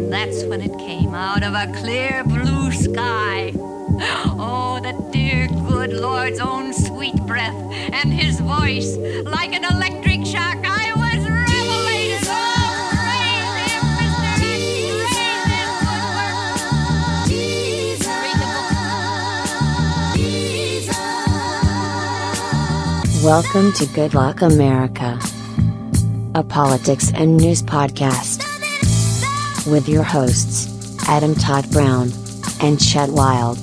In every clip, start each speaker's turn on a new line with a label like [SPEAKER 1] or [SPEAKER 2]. [SPEAKER 1] That's when it came out of a clear blue sky. Oh, the dear good Lord's own sweet breath and his voice like an electric shock. I was revelated. Oh, praise him, Mr. X. Praise him, good work. Read the book.
[SPEAKER 2] Welcome to Good Luck America, a politics and news podcast with your hosts, Adam Todd Brown and Chet Wild.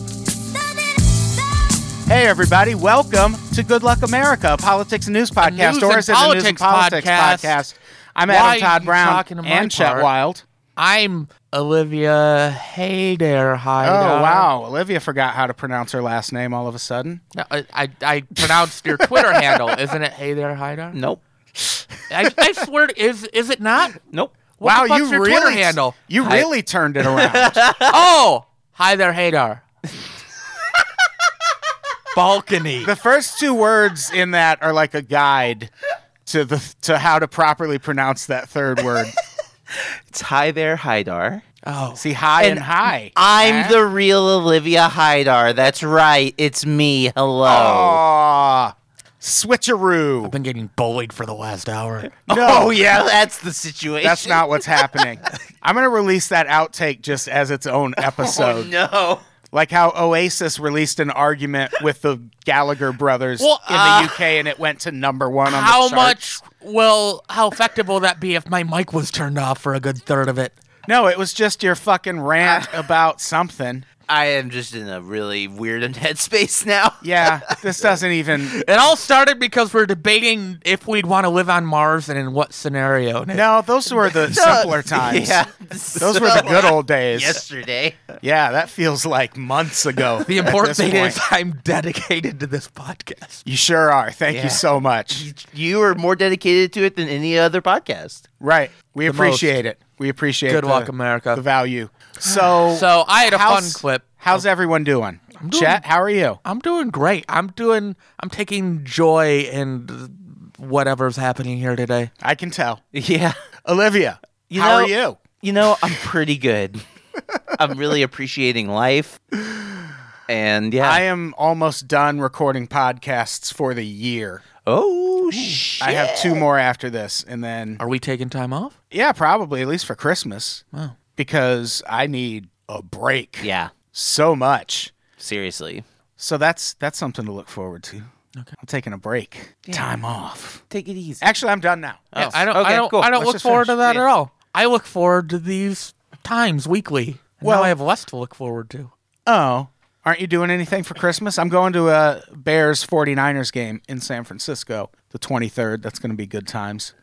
[SPEAKER 3] Hey, everybody, welcome to Good Luck America, a politics and news podcast,
[SPEAKER 4] news
[SPEAKER 3] or
[SPEAKER 4] and
[SPEAKER 3] is it a news and
[SPEAKER 4] politics
[SPEAKER 3] politics
[SPEAKER 4] podcast.
[SPEAKER 3] podcast? I'm
[SPEAKER 4] Why
[SPEAKER 3] Adam
[SPEAKER 4] are
[SPEAKER 3] Todd
[SPEAKER 4] you
[SPEAKER 3] Brown
[SPEAKER 4] talking to my
[SPEAKER 3] and Chet
[SPEAKER 4] part?
[SPEAKER 3] Wild.
[SPEAKER 4] I'm Olivia Hey there,
[SPEAKER 3] Oh,
[SPEAKER 4] hi.
[SPEAKER 3] wow. Olivia forgot how to pronounce her last name all of a sudden.
[SPEAKER 4] I, I, I pronounced your Twitter handle, isn't it? Hey there, Haidar.
[SPEAKER 3] Nope.
[SPEAKER 4] I, I swear, it- is is it not?
[SPEAKER 3] Nope.
[SPEAKER 4] What
[SPEAKER 3] wow,
[SPEAKER 4] the fuck's
[SPEAKER 3] you
[SPEAKER 4] your
[SPEAKER 3] really
[SPEAKER 4] Twitter handle?
[SPEAKER 3] you
[SPEAKER 4] I-
[SPEAKER 3] really turned it around.
[SPEAKER 4] Oh, hi there, Haidar. Balcony.
[SPEAKER 3] the first two words in that are like a guide to the to how to properly pronounce that third word.
[SPEAKER 5] It's hi there, Haidar.
[SPEAKER 4] Oh,
[SPEAKER 3] See, high and,
[SPEAKER 5] And
[SPEAKER 3] high.
[SPEAKER 5] I'm
[SPEAKER 3] Huh?
[SPEAKER 5] the real Olivia Haidar. That's right. It's me. Hello.
[SPEAKER 3] Aw,
[SPEAKER 4] I've
[SPEAKER 3] switcheroo.
[SPEAKER 4] been getting bullied for the last hour.
[SPEAKER 5] Oh, yeah, that's the situation.
[SPEAKER 3] That's not what's happening. I'm going to release that outtake just as its own
[SPEAKER 4] Oh,
[SPEAKER 3] episode.
[SPEAKER 5] No.
[SPEAKER 3] Like how Oasis released an argument with the Gallagher brothers
[SPEAKER 4] Well,
[SPEAKER 3] in
[SPEAKER 4] uh,
[SPEAKER 3] the UK and it went to number one on
[SPEAKER 4] How
[SPEAKER 3] the charts.
[SPEAKER 4] much will how effective will that be if my mic was turned off for a good third of it?
[SPEAKER 3] No, it was just your fucking rant about something.
[SPEAKER 5] I am just in a really weird and headspace now.
[SPEAKER 3] Yeah, this doesn't even.
[SPEAKER 4] It all started because we're debating if we'd want to live on Mars and in what scenario. And it-
[SPEAKER 3] No, those were the simpler times.
[SPEAKER 5] Yeah.
[SPEAKER 3] Those were the good old days.
[SPEAKER 5] Yesterday.
[SPEAKER 3] Yeah, that feels like months ago.
[SPEAKER 4] The
[SPEAKER 3] at
[SPEAKER 4] important
[SPEAKER 3] this
[SPEAKER 4] thing
[SPEAKER 3] point.
[SPEAKER 4] is I'm dedicated to this podcast.
[SPEAKER 3] You sure are. Thank
[SPEAKER 5] Yeah.
[SPEAKER 3] you so much.
[SPEAKER 5] You were more dedicated to it than any other podcast.
[SPEAKER 3] Right. We
[SPEAKER 4] most.
[SPEAKER 3] appreciate it. We appreciate
[SPEAKER 4] Good
[SPEAKER 3] the,
[SPEAKER 4] luck, America.
[SPEAKER 3] the value. So
[SPEAKER 4] So I had a fun
[SPEAKER 3] how's-
[SPEAKER 4] clip.
[SPEAKER 3] How's everyone doing? I'm
[SPEAKER 4] doing-
[SPEAKER 3] Chet, how are you?
[SPEAKER 4] I'm doing great. I'm doing I'm taking joy in whatever's happening here today.
[SPEAKER 3] I can tell.
[SPEAKER 5] Yeah.
[SPEAKER 3] Olivia,
[SPEAKER 5] You
[SPEAKER 3] how
[SPEAKER 5] know-
[SPEAKER 3] are you?
[SPEAKER 5] You know, I'm pretty good. I'm really appreciating life. And yeah.
[SPEAKER 3] I am almost done recording podcasts for the year.
[SPEAKER 5] oh, shit.
[SPEAKER 3] I have two more after this, and then
[SPEAKER 4] Are we taking time off?
[SPEAKER 3] yeah, probably at least for Christmas
[SPEAKER 4] Wow.
[SPEAKER 3] because I need a break.
[SPEAKER 5] Yeah.
[SPEAKER 3] so much.
[SPEAKER 5] Seriously.
[SPEAKER 3] So that's that's something to look forward to. Okay, I'm taking a break, time off.
[SPEAKER 5] Take it easy.
[SPEAKER 3] Actually, I'm done now.
[SPEAKER 5] Oh,
[SPEAKER 4] I don't I
[SPEAKER 5] okay,
[SPEAKER 4] don't
[SPEAKER 5] cool.
[SPEAKER 4] I don't
[SPEAKER 3] Let's
[SPEAKER 4] look
[SPEAKER 3] just
[SPEAKER 4] forward to
[SPEAKER 3] finish.
[SPEAKER 4] that
[SPEAKER 5] Yeah.
[SPEAKER 4] at all. I look forward to these times weekly. Well,
[SPEAKER 3] Well-
[SPEAKER 4] now I have less to look forward to.
[SPEAKER 3] Oh, aren't you doing anything for Christmas? I'm going to a Bears 49ers game in San Francisco the 23rd. That's going to be good times.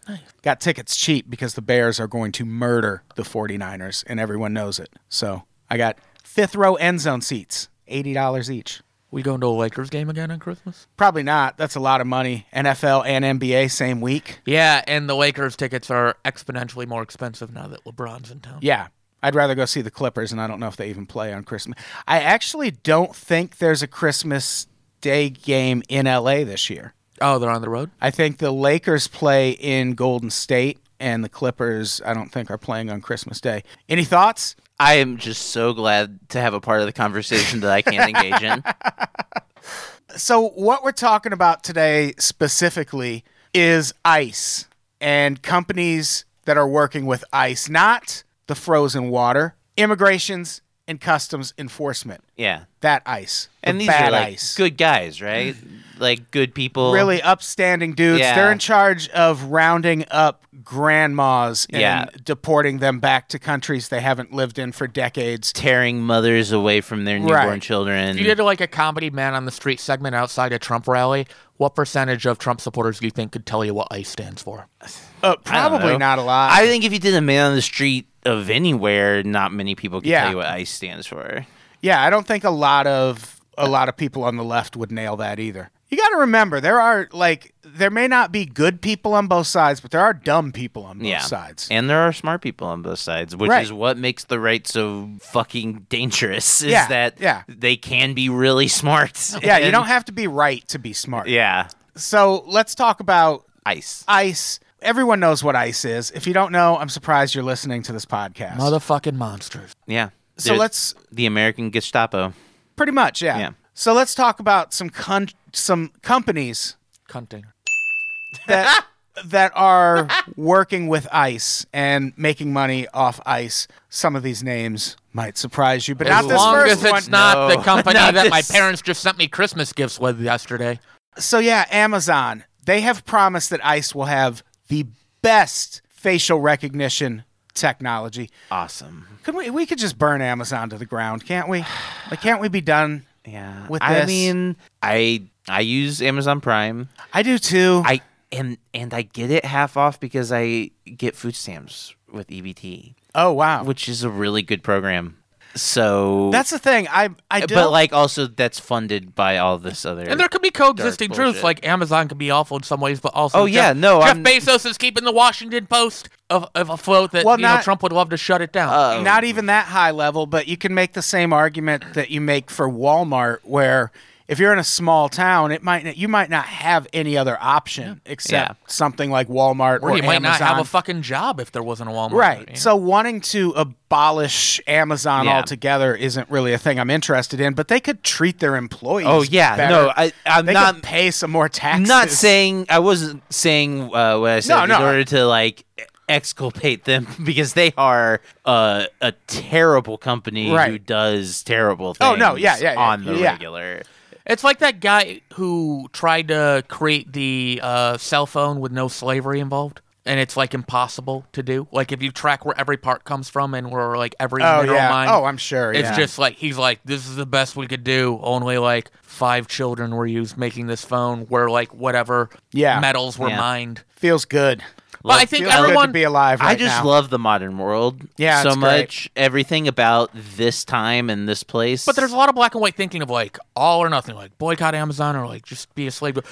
[SPEAKER 3] Got tickets cheap because the Bears are going to murder the 49ers, and everyone knows it. So I got fifth row end zone seats, $80 each.
[SPEAKER 4] We going to a Lakers game again on Christmas?
[SPEAKER 3] Probably not. That's a lot of money. NFL and NBA same week.
[SPEAKER 4] Yeah, and the Lakers tickets are exponentially more expensive now that LeBron's in town.
[SPEAKER 3] Yeah. I'd rather go see the Clippers, and I don't know if they even play on Christmas. I actually don't think there's a Christmas Day game in LA this year.
[SPEAKER 4] Oh, they're on the road?
[SPEAKER 3] I think the Lakers play in Golden State, and the Clippers, I don't think, are playing on Christmas Day. Any thoughts?
[SPEAKER 5] I am just so glad to have a part of the conversation that I can't engage in.
[SPEAKER 3] So, what we're talking about today specifically is ice and companies that are working with ice, not the frozen water, immigrations and customs enforcement.
[SPEAKER 5] Yeah.
[SPEAKER 3] That ice. the
[SPEAKER 5] And these
[SPEAKER 3] bad
[SPEAKER 5] are like
[SPEAKER 3] ice.
[SPEAKER 5] good guys, right? Like good people.
[SPEAKER 3] really upstanding dudes.
[SPEAKER 5] Yeah.
[SPEAKER 3] They're in charge of rounding up grandmas and
[SPEAKER 5] Yeah.
[SPEAKER 3] deporting them back to countries they haven't lived in for decades.
[SPEAKER 5] tearing mothers away from their newborn
[SPEAKER 3] Right.
[SPEAKER 5] children.
[SPEAKER 4] If
[SPEAKER 3] Mm.
[SPEAKER 4] you did like a comedy man on the street segment outside a Trump rally, what percentage of Trump supporters do you think could tell you what ICE stands for?
[SPEAKER 3] Uh,
[SPEAKER 5] I don't
[SPEAKER 3] probably
[SPEAKER 5] know.
[SPEAKER 3] not a lot.
[SPEAKER 5] I think if you did a man on the street of anywhere, not many people could
[SPEAKER 3] Yeah.
[SPEAKER 5] tell you what ICE stands for.
[SPEAKER 3] yeah, I don't think a lot of a lot of people on the left would nail that either. You got to remember there are like there may not be good people on both sides, but there are dumb people on both
[SPEAKER 5] yeah.
[SPEAKER 3] sides.
[SPEAKER 5] And there are smart people on both sides, which
[SPEAKER 3] Right.
[SPEAKER 5] is what makes the right so fucking dangerous. Is
[SPEAKER 3] Yeah,
[SPEAKER 5] that
[SPEAKER 3] yeah.
[SPEAKER 5] they can be really smart.
[SPEAKER 3] yeah, you
[SPEAKER 5] and-
[SPEAKER 3] don't have to be right to be smart.
[SPEAKER 5] Yeah.
[SPEAKER 3] So let's talk about
[SPEAKER 5] Ice.
[SPEAKER 3] ice everyone knows what ICE is. If you don't know, I'm surprised you're listening to this podcast.
[SPEAKER 4] Motherfucking monsters.
[SPEAKER 5] Yeah.
[SPEAKER 3] So
[SPEAKER 5] There's
[SPEAKER 3] let's-
[SPEAKER 5] the American Gestapo.
[SPEAKER 3] Pretty much, yeah.
[SPEAKER 5] Yeah.
[SPEAKER 3] So let's talk about some con- some companies
[SPEAKER 4] Cunting.
[SPEAKER 3] that that are working with ICE and making money off ICE. Some of these names might surprise you, but not
[SPEAKER 4] as
[SPEAKER 3] this
[SPEAKER 4] long
[SPEAKER 3] first
[SPEAKER 4] as it's
[SPEAKER 3] one.
[SPEAKER 4] not the
[SPEAKER 5] No,
[SPEAKER 4] company
[SPEAKER 5] not
[SPEAKER 4] that my
[SPEAKER 5] this.
[SPEAKER 4] parents just sent me Christmas gifts with yesterday.
[SPEAKER 3] So yeah, Amazon. They have promised that ICE will have the best facial recognition technology.
[SPEAKER 5] Awesome.
[SPEAKER 3] Could we we could just burn Amazon to the ground, can't we? Like can't we be done?
[SPEAKER 5] Yeah.
[SPEAKER 3] With
[SPEAKER 5] I
[SPEAKER 3] this. Oh.
[SPEAKER 5] mean, I I use Amazon Prime.
[SPEAKER 3] I do too.
[SPEAKER 5] I and and I get it half off because I get food stamps with EBT,
[SPEAKER 3] oh wow.
[SPEAKER 5] which is a really good program. So
[SPEAKER 3] that's the thing. I I do
[SPEAKER 5] but like also that's funded by all this other
[SPEAKER 4] And there could be coexisting
[SPEAKER 5] Dark
[SPEAKER 4] truths.
[SPEAKER 5] bullshit.
[SPEAKER 4] Like Amazon could be awful in some ways, but also.
[SPEAKER 5] Oh,
[SPEAKER 4] Jeff-
[SPEAKER 5] yeah, no,
[SPEAKER 4] Jeff
[SPEAKER 5] I'm-
[SPEAKER 4] Bezos is keeping the Washington Post of, of afloat that
[SPEAKER 3] Well,
[SPEAKER 4] you know
[SPEAKER 3] not- Oh,
[SPEAKER 4] Trump would love to shut it down.
[SPEAKER 5] Uh,
[SPEAKER 3] not even that high level, but you can make the same argument that you make for Walmart, where if you're in a small town, it might not, you might not have any other option except
[SPEAKER 5] Yeah.
[SPEAKER 3] something like Walmart or,
[SPEAKER 4] or you might not
[SPEAKER 3] Amazon.
[SPEAKER 4] have a fucking job if there wasn't a Walmart.
[SPEAKER 3] right.
[SPEAKER 4] Yeah.
[SPEAKER 3] So wanting to abolish Amazon
[SPEAKER 5] Yeah.
[SPEAKER 3] altogether isn't really a thing I'm interested in, but they could treat their employees.
[SPEAKER 5] Oh yeah,
[SPEAKER 3] better.
[SPEAKER 5] no, I I'm
[SPEAKER 3] they
[SPEAKER 5] not
[SPEAKER 3] could pay some more taxes.
[SPEAKER 5] not saying I wasn't saying uh, what I said
[SPEAKER 3] No,
[SPEAKER 5] in
[SPEAKER 3] no.
[SPEAKER 5] order to like exculpate them because they are uh, a terrible company who
[SPEAKER 3] Right.
[SPEAKER 5] does terrible things.
[SPEAKER 3] Oh, no, yeah, yeah, yeah,
[SPEAKER 5] on the
[SPEAKER 3] yeah.
[SPEAKER 5] regular.
[SPEAKER 4] It's like that guy who tried to create the uh, cell phone with no slavery involved. And it's like impossible to do. Like if you track where every part comes from and where like every
[SPEAKER 3] Oh,
[SPEAKER 4] mineral
[SPEAKER 3] yeah.
[SPEAKER 4] mine.
[SPEAKER 3] Oh, I'm sure,
[SPEAKER 4] It's
[SPEAKER 3] yeah.
[SPEAKER 4] just like he's like, this is the best we could do. Only like five children were used making this phone. Where like whatever
[SPEAKER 3] Yeah.
[SPEAKER 4] metals were
[SPEAKER 5] Yeah.
[SPEAKER 4] mined.
[SPEAKER 3] feels good.
[SPEAKER 4] But I think
[SPEAKER 3] feels good
[SPEAKER 4] everyone
[SPEAKER 3] to be alive. Right
[SPEAKER 5] I just
[SPEAKER 3] now.
[SPEAKER 5] love the modern world
[SPEAKER 3] Yeah,
[SPEAKER 5] so
[SPEAKER 3] it's great.
[SPEAKER 5] much. Everything about this time and this place.
[SPEAKER 4] But there's a lot of black and white thinking of like all or nothing, like boycott Amazon or like just be a slave. to-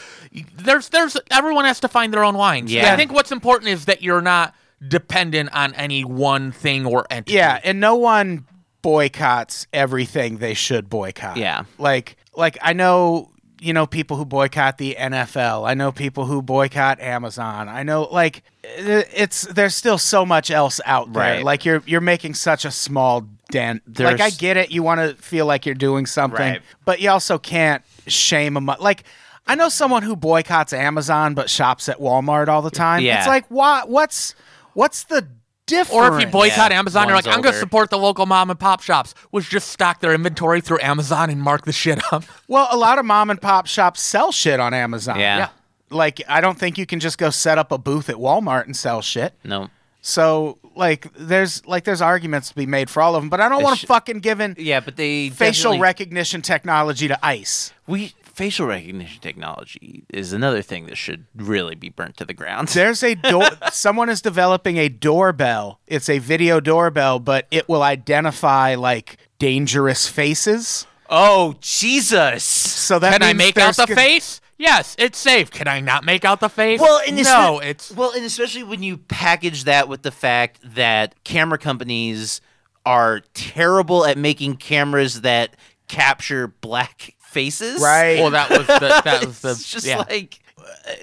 [SPEAKER 4] There's there's everyone has to find their own lines.
[SPEAKER 5] Yeah.
[SPEAKER 4] I think what's important is that you're not dependent on any one thing or entity.
[SPEAKER 3] Yeah, and no one boycotts everything they should boycott.
[SPEAKER 5] Yeah.
[SPEAKER 3] Like like I know you know people who boycott the NFL. I know people who boycott Amazon. I know like i- it's there's still so much else out there.
[SPEAKER 5] Right.
[SPEAKER 3] Like you're you're making such a small dent. Like
[SPEAKER 5] There's-
[SPEAKER 3] I get it. You want to feel like you're doing something,
[SPEAKER 5] Right.
[SPEAKER 3] but you also can't shame them. Like I know someone who boycotts Amazon but shops at Walmart all the time.
[SPEAKER 5] Yeah.
[SPEAKER 3] It's like why what's what's the difference?
[SPEAKER 4] Or if you boycott Amazon, you're
[SPEAKER 5] One's
[SPEAKER 4] like, I'm going
[SPEAKER 5] older.
[SPEAKER 4] to support the local mom and pop shops, which just stock their inventory through Amazon and mark the shit up.
[SPEAKER 3] Well, a lot of mom and pop shops sell shit on Amazon.
[SPEAKER 5] yeah,
[SPEAKER 4] Yeah.
[SPEAKER 3] Like, I don't think you can just go set up a booth at Walmart and sell shit.
[SPEAKER 5] no.
[SPEAKER 3] So, like, there's like there's arguments to be made for all of them, but I don't want to
[SPEAKER 5] sh-
[SPEAKER 3] fucking give in
[SPEAKER 5] Yeah, but they
[SPEAKER 3] facial
[SPEAKER 5] definitely-
[SPEAKER 3] recognition technology to ICE.
[SPEAKER 5] we facial recognition technology is another thing that should really be burnt to the ground.
[SPEAKER 3] There's a door. someone is developing a doorbell. It's a video doorbell, but it will identify like dangerous faces.
[SPEAKER 5] oh Jesus!
[SPEAKER 3] So that
[SPEAKER 4] Can I
[SPEAKER 3] means
[SPEAKER 4] make out
[SPEAKER 3] there's
[SPEAKER 4] the
[SPEAKER 3] gon-
[SPEAKER 4] face? Yes, it's safe. Can I not make out the face?
[SPEAKER 5] Well, and it's
[SPEAKER 4] no, it's
[SPEAKER 5] well, and especially when you package that with the fact that camera companies are terrible at making cameras that capture black faces.
[SPEAKER 3] Right.
[SPEAKER 4] well that was the that was
[SPEAKER 5] It's
[SPEAKER 4] the
[SPEAKER 5] just
[SPEAKER 4] yeah.
[SPEAKER 5] like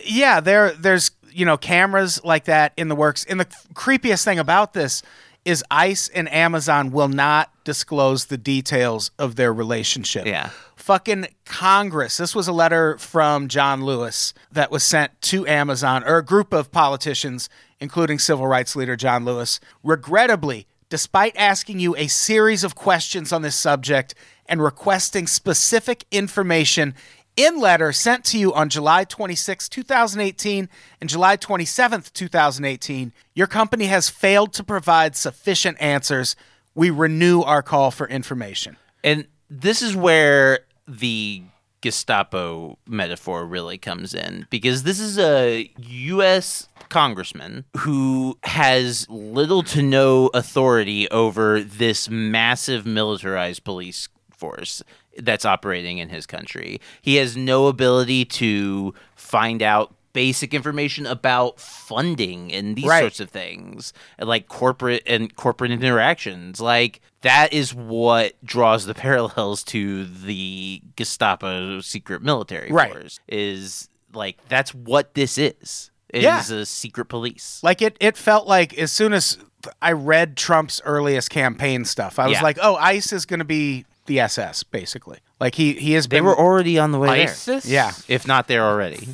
[SPEAKER 3] yeah, there there's you know cameras like that in the works. And the creepiest thing about this is ICE and Amazon will not disclose the details of their relationship.
[SPEAKER 5] Yeah.
[SPEAKER 3] Fucking Congress. This was a letter from John Lewis that was sent to Amazon or a group of politicians including civil rights leader John Lewis. Regrettably, despite asking you a series of questions on this subject and requesting specific information in letter sent to you on July 26, 2018 and July 27, 2018, your company has failed to provide sufficient answers. We renew our call for information.
[SPEAKER 5] And this is where the Gestapo metaphor really comes in because this is a U.S. congressman who has little to no authority over this massive militarized police force that's operating in his country. He has no ability to find out basic information about funding and these
[SPEAKER 3] Right.
[SPEAKER 5] sorts of things like corporate and corporate interactions like that is what draws the parallels to the gestapo secret military
[SPEAKER 3] Right.
[SPEAKER 5] force is like that's what this is It
[SPEAKER 3] Yeah.
[SPEAKER 5] is a secret police.
[SPEAKER 3] Like it, it felt like as soon as I read Trump's earliest campaign stuff, I was
[SPEAKER 5] Yeah.
[SPEAKER 3] like, oh, ICE is going to be the SS, basically. Like he, he has
[SPEAKER 5] They
[SPEAKER 3] been
[SPEAKER 5] were already on the way there.
[SPEAKER 4] ISIS?
[SPEAKER 3] Yeah.
[SPEAKER 5] If not there already.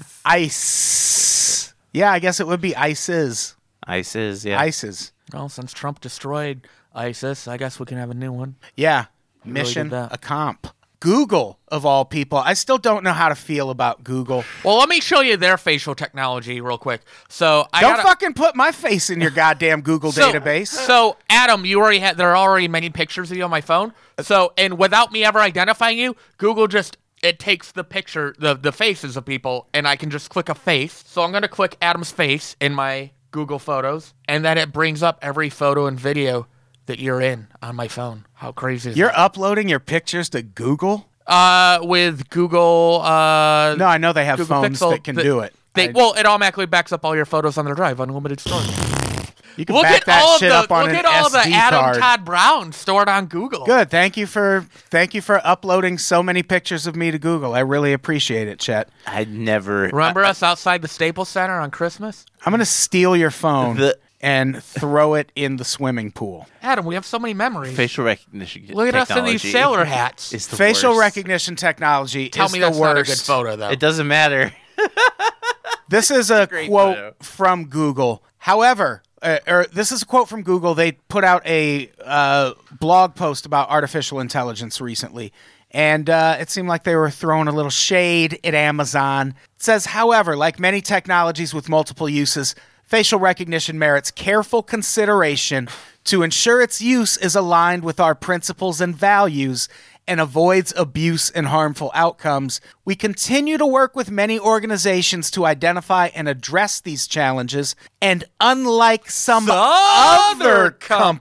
[SPEAKER 3] ICE. Yeah, I guess it would be ICEs.
[SPEAKER 5] ISIS, yeah.
[SPEAKER 3] ICEs.
[SPEAKER 4] Well, since Trump destroyed ISIS, I guess we can have a new one.
[SPEAKER 3] Yeah.
[SPEAKER 4] really did
[SPEAKER 3] Mission
[SPEAKER 4] that.
[SPEAKER 3] a comp. Google of all people. I still don't know how to feel about Google.
[SPEAKER 4] Well, let me show you their facial technology real quick. So I
[SPEAKER 3] Don't
[SPEAKER 4] gotta-
[SPEAKER 3] fucking put my face in your goddamn Google
[SPEAKER 4] so-
[SPEAKER 3] database.
[SPEAKER 4] So Adam, you already had there are already many pictures of you on my phone. So and without me ever identifying you, Google just it takes the picture the the faces of people and I can just click a face. So I'm gonna click Adam's face in my Google Photos, and then it brings up every photo and video that you're in on my phone. How crazy is
[SPEAKER 3] You're uploading your pictures to Google?
[SPEAKER 4] that? Uh with Google uh
[SPEAKER 3] No, I know they have
[SPEAKER 4] Google
[SPEAKER 3] phones
[SPEAKER 4] Pixel
[SPEAKER 3] that can do it.
[SPEAKER 4] They,
[SPEAKER 3] I-
[SPEAKER 4] well, it automatically backs up all your photos on their drive, unlimited storage.
[SPEAKER 3] you can
[SPEAKER 4] Look
[SPEAKER 3] back
[SPEAKER 4] at
[SPEAKER 3] that
[SPEAKER 4] all
[SPEAKER 3] shit
[SPEAKER 4] the
[SPEAKER 3] up on
[SPEAKER 4] look
[SPEAKER 3] an
[SPEAKER 4] at all the
[SPEAKER 3] SD
[SPEAKER 4] Adam
[SPEAKER 3] card.
[SPEAKER 4] Todd Brown stored on Google.
[SPEAKER 3] Good. Thank you for thank you for uploading so many pictures of me to Google. I really appreciate it, Chet.
[SPEAKER 5] I never
[SPEAKER 4] Remember us outside the Staples Center on Christmas?
[SPEAKER 3] I'm gonna steal your phone
[SPEAKER 5] The-
[SPEAKER 3] and throw it in the swimming pool.
[SPEAKER 4] Adam, we have so many memories.
[SPEAKER 5] uh, facial recognition.
[SPEAKER 4] look at us in these
[SPEAKER 5] technology
[SPEAKER 4] sailor hats.
[SPEAKER 5] is the
[SPEAKER 3] Facial
[SPEAKER 5] worst.
[SPEAKER 3] recognition technology
[SPEAKER 4] Tell
[SPEAKER 3] is
[SPEAKER 4] me
[SPEAKER 3] the
[SPEAKER 4] that's
[SPEAKER 3] worst.
[SPEAKER 4] not a good photo though.
[SPEAKER 5] It doesn't matter.
[SPEAKER 3] This is a
[SPEAKER 5] Great
[SPEAKER 3] quote
[SPEAKER 5] photo.
[SPEAKER 3] from Google. However, uh, or this is a quote from Google. They put out a uh, blog post about artificial intelligence recently, and uh, it seemed like they were throwing a little shade at Amazon. It says, however, like many technologies with multiple uses, facial recognition merits careful consideration to ensure its use is aligned with our principles and values and avoids abuse and harmful outcomes. We continue to work with many organizations to identify and address these challenges, and unlike some other
[SPEAKER 4] other
[SPEAKER 3] companies,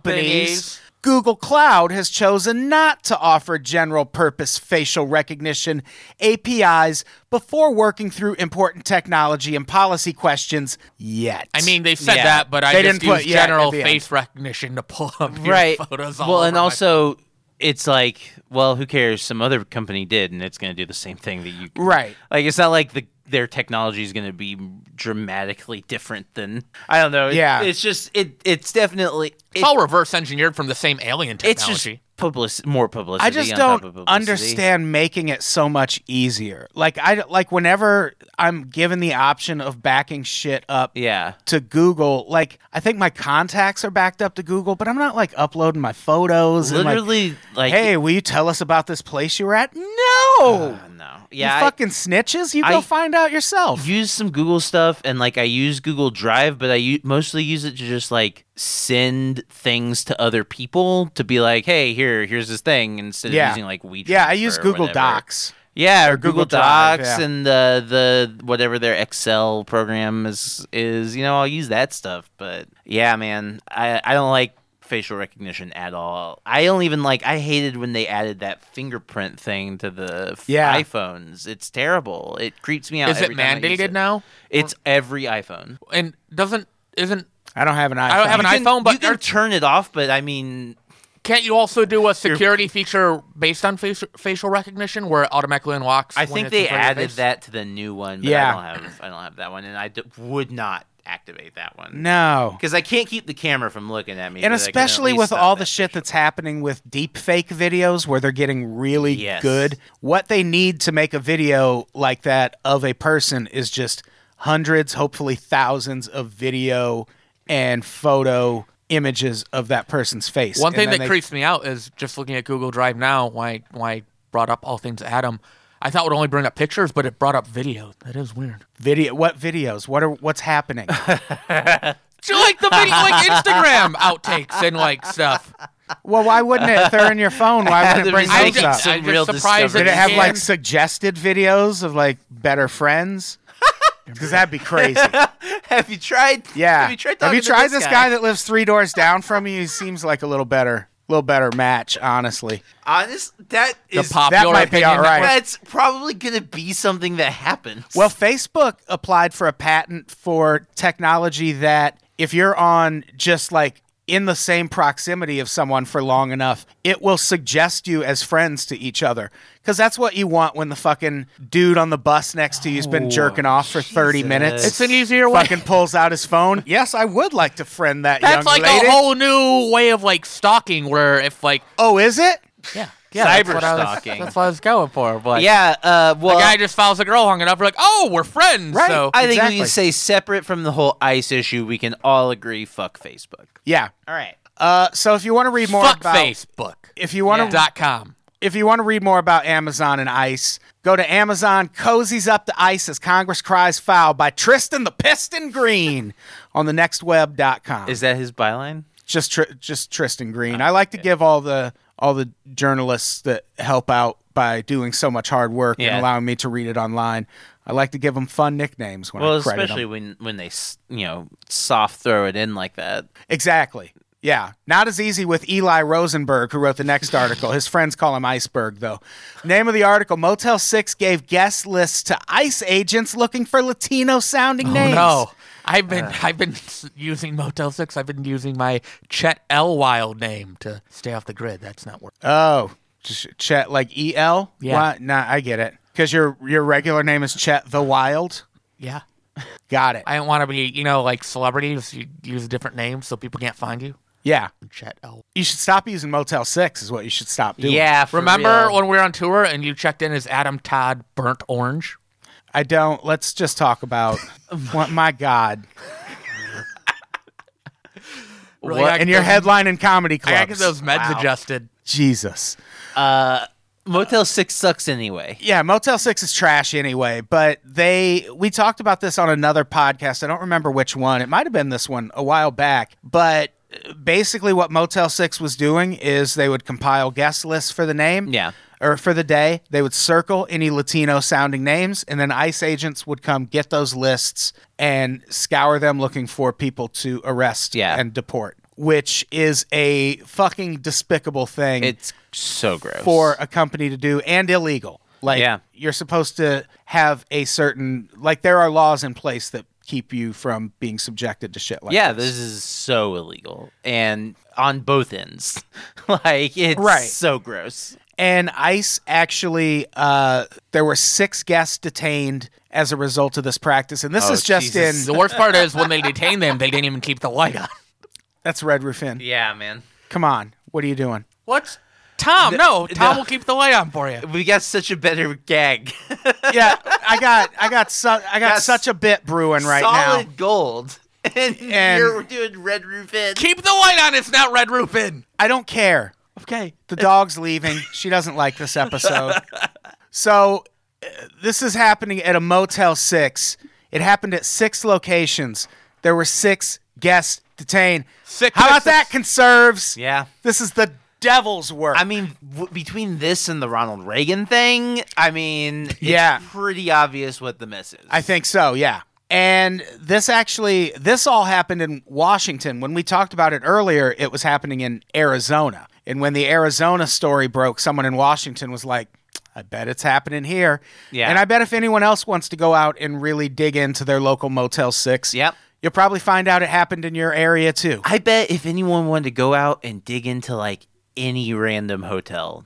[SPEAKER 4] companies.
[SPEAKER 3] Google Cloud has chosen not to offer general purpose facial recognition APIs before working through important technology and policy questions yet.
[SPEAKER 4] I mean, they said
[SPEAKER 5] Yeah.
[SPEAKER 4] that, but I
[SPEAKER 3] They
[SPEAKER 4] just
[SPEAKER 3] didn't put
[SPEAKER 4] used
[SPEAKER 3] yet at
[SPEAKER 4] general
[SPEAKER 3] the end.
[SPEAKER 4] face recognition to pull up your
[SPEAKER 5] right.
[SPEAKER 4] photos. All
[SPEAKER 5] Well, and
[SPEAKER 4] over my-
[SPEAKER 5] also it's like, well, who cares? Some other company did, and it's going to do the same thing that you.
[SPEAKER 3] Right.
[SPEAKER 5] Like it's not like the their technology is going to be dramatically different than I don't know. It-
[SPEAKER 3] Yeah.
[SPEAKER 5] It's just it. It's definitely
[SPEAKER 4] it's
[SPEAKER 5] it-
[SPEAKER 4] all reverse engineered from the same alien technology.
[SPEAKER 5] It's just public more publicity.
[SPEAKER 3] I just
[SPEAKER 5] on top
[SPEAKER 3] don't
[SPEAKER 5] of publicity.
[SPEAKER 3] understand making it so much easier. Like I like whenever I'm given the option of backing shit up
[SPEAKER 5] Yeah.
[SPEAKER 3] to Google, like I think my contacts are backed up to Google, but I'm not like uploading my photos and like,
[SPEAKER 5] Literally, like,
[SPEAKER 3] hey, will you tell us about this place you were at? No.
[SPEAKER 5] uh, no.
[SPEAKER 3] you
[SPEAKER 5] Yeah. I-
[SPEAKER 3] fucking snitches, you go
[SPEAKER 5] I-
[SPEAKER 3] find out yourself.
[SPEAKER 5] use some Google stuff and like I use Google Drive, but I u- mostly use it to just like send things to other people to be like, hey, here, here's this thing instead
[SPEAKER 3] Yeah.
[SPEAKER 5] of using like WeTransfer.
[SPEAKER 3] yeah, I use
[SPEAKER 5] or
[SPEAKER 3] Google
[SPEAKER 5] whatever.
[SPEAKER 3] Docs.
[SPEAKER 5] Yeah, or,
[SPEAKER 3] Google
[SPEAKER 5] Google,
[SPEAKER 3] Drive,
[SPEAKER 5] Docs
[SPEAKER 3] yeah.
[SPEAKER 5] and the the whatever their Excel program is is. You know, I'll use that stuff. But yeah, man, I I don't like facial recognition at all. I don't even like. I hated when they added that fingerprint thing to the f-
[SPEAKER 3] Yeah.
[SPEAKER 5] iPhones. It's terrible. It creeps me out.
[SPEAKER 4] is it
[SPEAKER 5] every time I use
[SPEAKER 4] mandated
[SPEAKER 5] it.
[SPEAKER 4] now?
[SPEAKER 5] It's every iPhone.
[SPEAKER 4] And doesn't isn't
[SPEAKER 3] I don't have an iPhone.
[SPEAKER 4] I don't have an
[SPEAKER 5] You can-
[SPEAKER 4] iPhone, but
[SPEAKER 5] you can
[SPEAKER 4] they're-
[SPEAKER 5] turn it off. But I mean,
[SPEAKER 4] Can't you also do a security feature based on face, facial recognition where it automatically unlocks?
[SPEAKER 5] I
[SPEAKER 4] when
[SPEAKER 5] think
[SPEAKER 4] it's in
[SPEAKER 5] they
[SPEAKER 4] front of your
[SPEAKER 5] added
[SPEAKER 4] face?
[SPEAKER 5] that to the new one. But
[SPEAKER 3] Yeah.
[SPEAKER 5] I don't have. I don't have that one, and I d- would not activate that one.
[SPEAKER 3] No.
[SPEAKER 5] because I can't keep the camera from looking at me.
[SPEAKER 3] and
[SPEAKER 5] but I can at
[SPEAKER 3] especially
[SPEAKER 5] least
[SPEAKER 3] with
[SPEAKER 5] stop
[SPEAKER 3] all
[SPEAKER 5] that
[SPEAKER 3] the shit
[SPEAKER 5] picture.
[SPEAKER 3] that's happening with deep fake videos where they're getting really
[SPEAKER 5] Yes.
[SPEAKER 3] good what they need to make a video like that of a person is just hundreds hopefully thousands of video and photo images of that person's face
[SPEAKER 4] One
[SPEAKER 3] And
[SPEAKER 4] thing
[SPEAKER 3] then
[SPEAKER 4] that
[SPEAKER 3] they-
[SPEAKER 4] creeps me out is just looking at Google Drive now. Why? Why I brought up all things Adam? I thought it would only bring up pictures, but it brought up video. That is weird.
[SPEAKER 3] video what videos what are what's happening
[SPEAKER 4] Just like the video, like Instagram outtakes and like stuff.
[SPEAKER 3] well why wouldn't it if they're in your phone why would it
[SPEAKER 5] There'd
[SPEAKER 3] bring
[SPEAKER 5] be some-
[SPEAKER 4] I
[SPEAKER 3] those
[SPEAKER 4] just-
[SPEAKER 3] up
[SPEAKER 5] some
[SPEAKER 4] I'm
[SPEAKER 5] real
[SPEAKER 4] surprised that
[SPEAKER 3] did it
[SPEAKER 5] discoveries.
[SPEAKER 3] have like
[SPEAKER 4] Yeah.
[SPEAKER 3] suggested videos of like better friends because that'd be crazy
[SPEAKER 5] Have you tried?
[SPEAKER 3] Yeah.
[SPEAKER 5] Have you tried? Talking to
[SPEAKER 3] tried this guy? that lives three doors down from you? He seems like a little better, little better match, honestly.
[SPEAKER 5] Honest, that
[SPEAKER 4] The
[SPEAKER 5] is
[SPEAKER 4] popular
[SPEAKER 3] that might be
[SPEAKER 4] opinion
[SPEAKER 3] all right.
[SPEAKER 4] network.
[SPEAKER 5] That's probably gonna be something that happens.
[SPEAKER 3] Well, Facebook applied for a patent for technology that if you're on just like in the same proximity of someone for long enough, it will suggest you as friends to each other. Because that's what you want when the fucking dude on the bus next to you's been jerking off for 30 minutes.
[SPEAKER 4] Oh, It's an easier way.
[SPEAKER 3] fucking pulls out his phone. Yes, I would like to friend that young
[SPEAKER 4] That's like
[SPEAKER 3] lady.
[SPEAKER 4] a whole new way of like stalking, where if like
[SPEAKER 3] oh, is it?
[SPEAKER 4] yeah, yeah that's
[SPEAKER 5] Cyber
[SPEAKER 4] what I was-
[SPEAKER 5] stalking.
[SPEAKER 4] That's what I was going for. But
[SPEAKER 5] yeah. Uh, well,
[SPEAKER 4] the guy just follows a girl hung it up. We're like, oh, we're friends.
[SPEAKER 3] Right.
[SPEAKER 4] So
[SPEAKER 5] I think we
[SPEAKER 3] Exactly.
[SPEAKER 5] can say separate from the whole ICE issue, we can all agree fuck Facebook.
[SPEAKER 3] Yeah.
[SPEAKER 5] All right.
[SPEAKER 3] Uh, so if you want to read more
[SPEAKER 4] fuck
[SPEAKER 3] about
[SPEAKER 4] Facebook.
[SPEAKER 3] if you want to
[SPEAKER 4] dot com.
[SPEAKER 3] if you want to read more about Amazon and ICE, go to Amazon Cozies Up to ICE as Congress Cries Foul by Tristan the Piston Green on the nextweb.com.
[SPEAKER 5] Is Oh, that his byline?
[SPEAKER 3] just tr- just Tristan Green. I like to give all the all the journalists that help out by doing so much hard work and
[SPEAKER 5] Yeah.
[SPEAKER 3] allowing me to read it online. I like to give them fun nicknames when
[SPEAKER 5] Well,
[SPEAKER 3] I credit
[SPEAKER 5] especially
[SPEAKER 3] them.
[SPEAKER 5] when when they s- you know soft throw it in like that.
[SPEAKER 3] Exactly. Yeah, not as easy with Eli Rosenberg, who wrote the next article. His friends call him Iceberg, though. Name of the article Motel 6 gave guest lists to ICE agents looking for Latino sounding names.
[SPEAKER 4] Oh, No, I've been I've been s- using Motel Six. I've been using my Chet Elwild name to stay off the grid. That's not working.
[SPEAKER 3] Oh, just Chet, like E L?
[SPEAKER 4] Yeah.
[SPEAKER 3] Why- Nah, I get it. Because your, your regular name is Chet the Wild?
[SPEAKER 4] Yeah,
[SPEAKER 3] Got it.
[SPEAKER 4] I don't want to be you know like celebrities. You use different names so people can't find you.
[SPEAKER 3] yeah.
[SPEAKER 4] Chet Elwild.
[SPEAKER 3] You should stop using Motel 6, is what you should stop doing.
[SPEAKER 5] for
[SPEAKER 4] Remember
[SPEAKER 5] real.
[SPEAKER 4] when we were on tour and you checked in as Adam Todd Burnt Orange?
[SPEAKER 3] I don't. Let's just talk about what my God.
[SPEAKER 4] Really
[SPEAKER 3] What-
[SPEAKER 4] gotta
[SPEAKER 3] and
[SPEAKER 4] get
[SPEAKER 3] your
[SPEAKER 4] those-
[SPEAKER 3] headline in comedy
[SPEAKER 4] I
[SPEAKER 3] clubs.
[SPEAKER 4] gotta get those meds
[SPEAKER 5] Wow.
[SPEAKER 4] adjusted.
[SPEAKER 3] Jesus.
[SPEAKER 5] Motel Six sucks anyway.
[SPEAKER 3] Yeah, Motel 6 is trash anyway, but they we talked about this on another podcast. I don't remember which one. It might have been this one a while back, but basically what Motel 6 was doing is they would compile guest lists for the name.
[SPEAKER 5] Yeah.
[SPEAKER 3] Or for the day, they would circle any Latino sounding names, and then ICE agents would come get those lists and scour them looking for people to arrest
[SPEAKER 5] Yeah.
[SPEAKER 3] and deport, which is a fucking despicable thing
[SPEAKER 5] It's so gross.
[SPEAKER 3] for a company to do and illegal. Like
[SPEAKER 5] Yeah.
[SPEAKER 3] you're supposed to have a certain like there are laws in place that keep you from being subjected to shit like
[SPEAKER 5] yeah, this is so illegal and on both ends. like it's
[SPEAKER 3] Right.
[SPEAKER 5] so gross.
[SPEAKER 3] And ICE actually uh there were 6 guests detained as a result of this practice and this
[SPEAKER 5] Oh,
[SPEAKER 3] is just
[SPEAKER 5] Jesus.
[SPEAKER 3] in
[SPEAKER 4] The worst part is when they detained them, they didn't even keep the light on.
[SPEAKER 3] that's Red Rufin.
[SPEAKER 5] Yeah, man.
[SPEAKER 3] Come on. What are you doing?
[SPEAKER 4] What's Tom? no, Tom
[SPEAKER 5] no.
[SPEAKER 4] will keep the light on for you.
[SPEAKER 5] We got such a better gag.
[SPEAKER 3] Yeah, I got I got su- I got
[SPEAKER 5] That's
[SPEAKER 3] such a bit brewing right
[SPEAKER 5] Solid
[SPEAKER 3] now.
[SPEAKER 5] gold. And,
[SPEAKER 3] And-
[SPEAKER 5] here we're doing Red Rufin.
[SPEAKER 4] Keep the light on. It's not Red Rufin.
[SPEAKER 3] I don't care.
[SPEAKER 4] Okay.
[SPEAKER 3] The dog's leaving. She doesn't like this episode. So uh, this is happening at a Motel 6. It happened at six locations. There were six guests detained.
[SPEAKER 4] Six-
[SPEAKER 3] How about
[SPEAKER 4] six-
[SPEAKER 3] that, conserves?
[SPEAKER 5] Yeah.
[SPEAKER 3] This is the devil's work.
[SPEAKER 5] I mean, w- between this and the Ronald Reagan thing, I mean, it's
[SPEAKER 3] Yeah.
[SPEAKER 5] pretty obvious what the mess is.
[SPEAKER 3] I think so, yeah. And this actually, this all happened in Washington. When we talked about it earlier, it was happening in Arizona. And when the Arizona story broke, someone in Washington was like, I bet it's happening here.
[SPEAKER 5] Yeah.
[SPEAKER 3] And I bet if anyone else wants to go out and really dig into their local Motel 6,
[SPEAKER 5] Yep.
[SPEAKER 3] you'll probably find out it happened in your area too.
[SPEAKER 5] I bet if anyone wanted to go out and dig into like any random hotel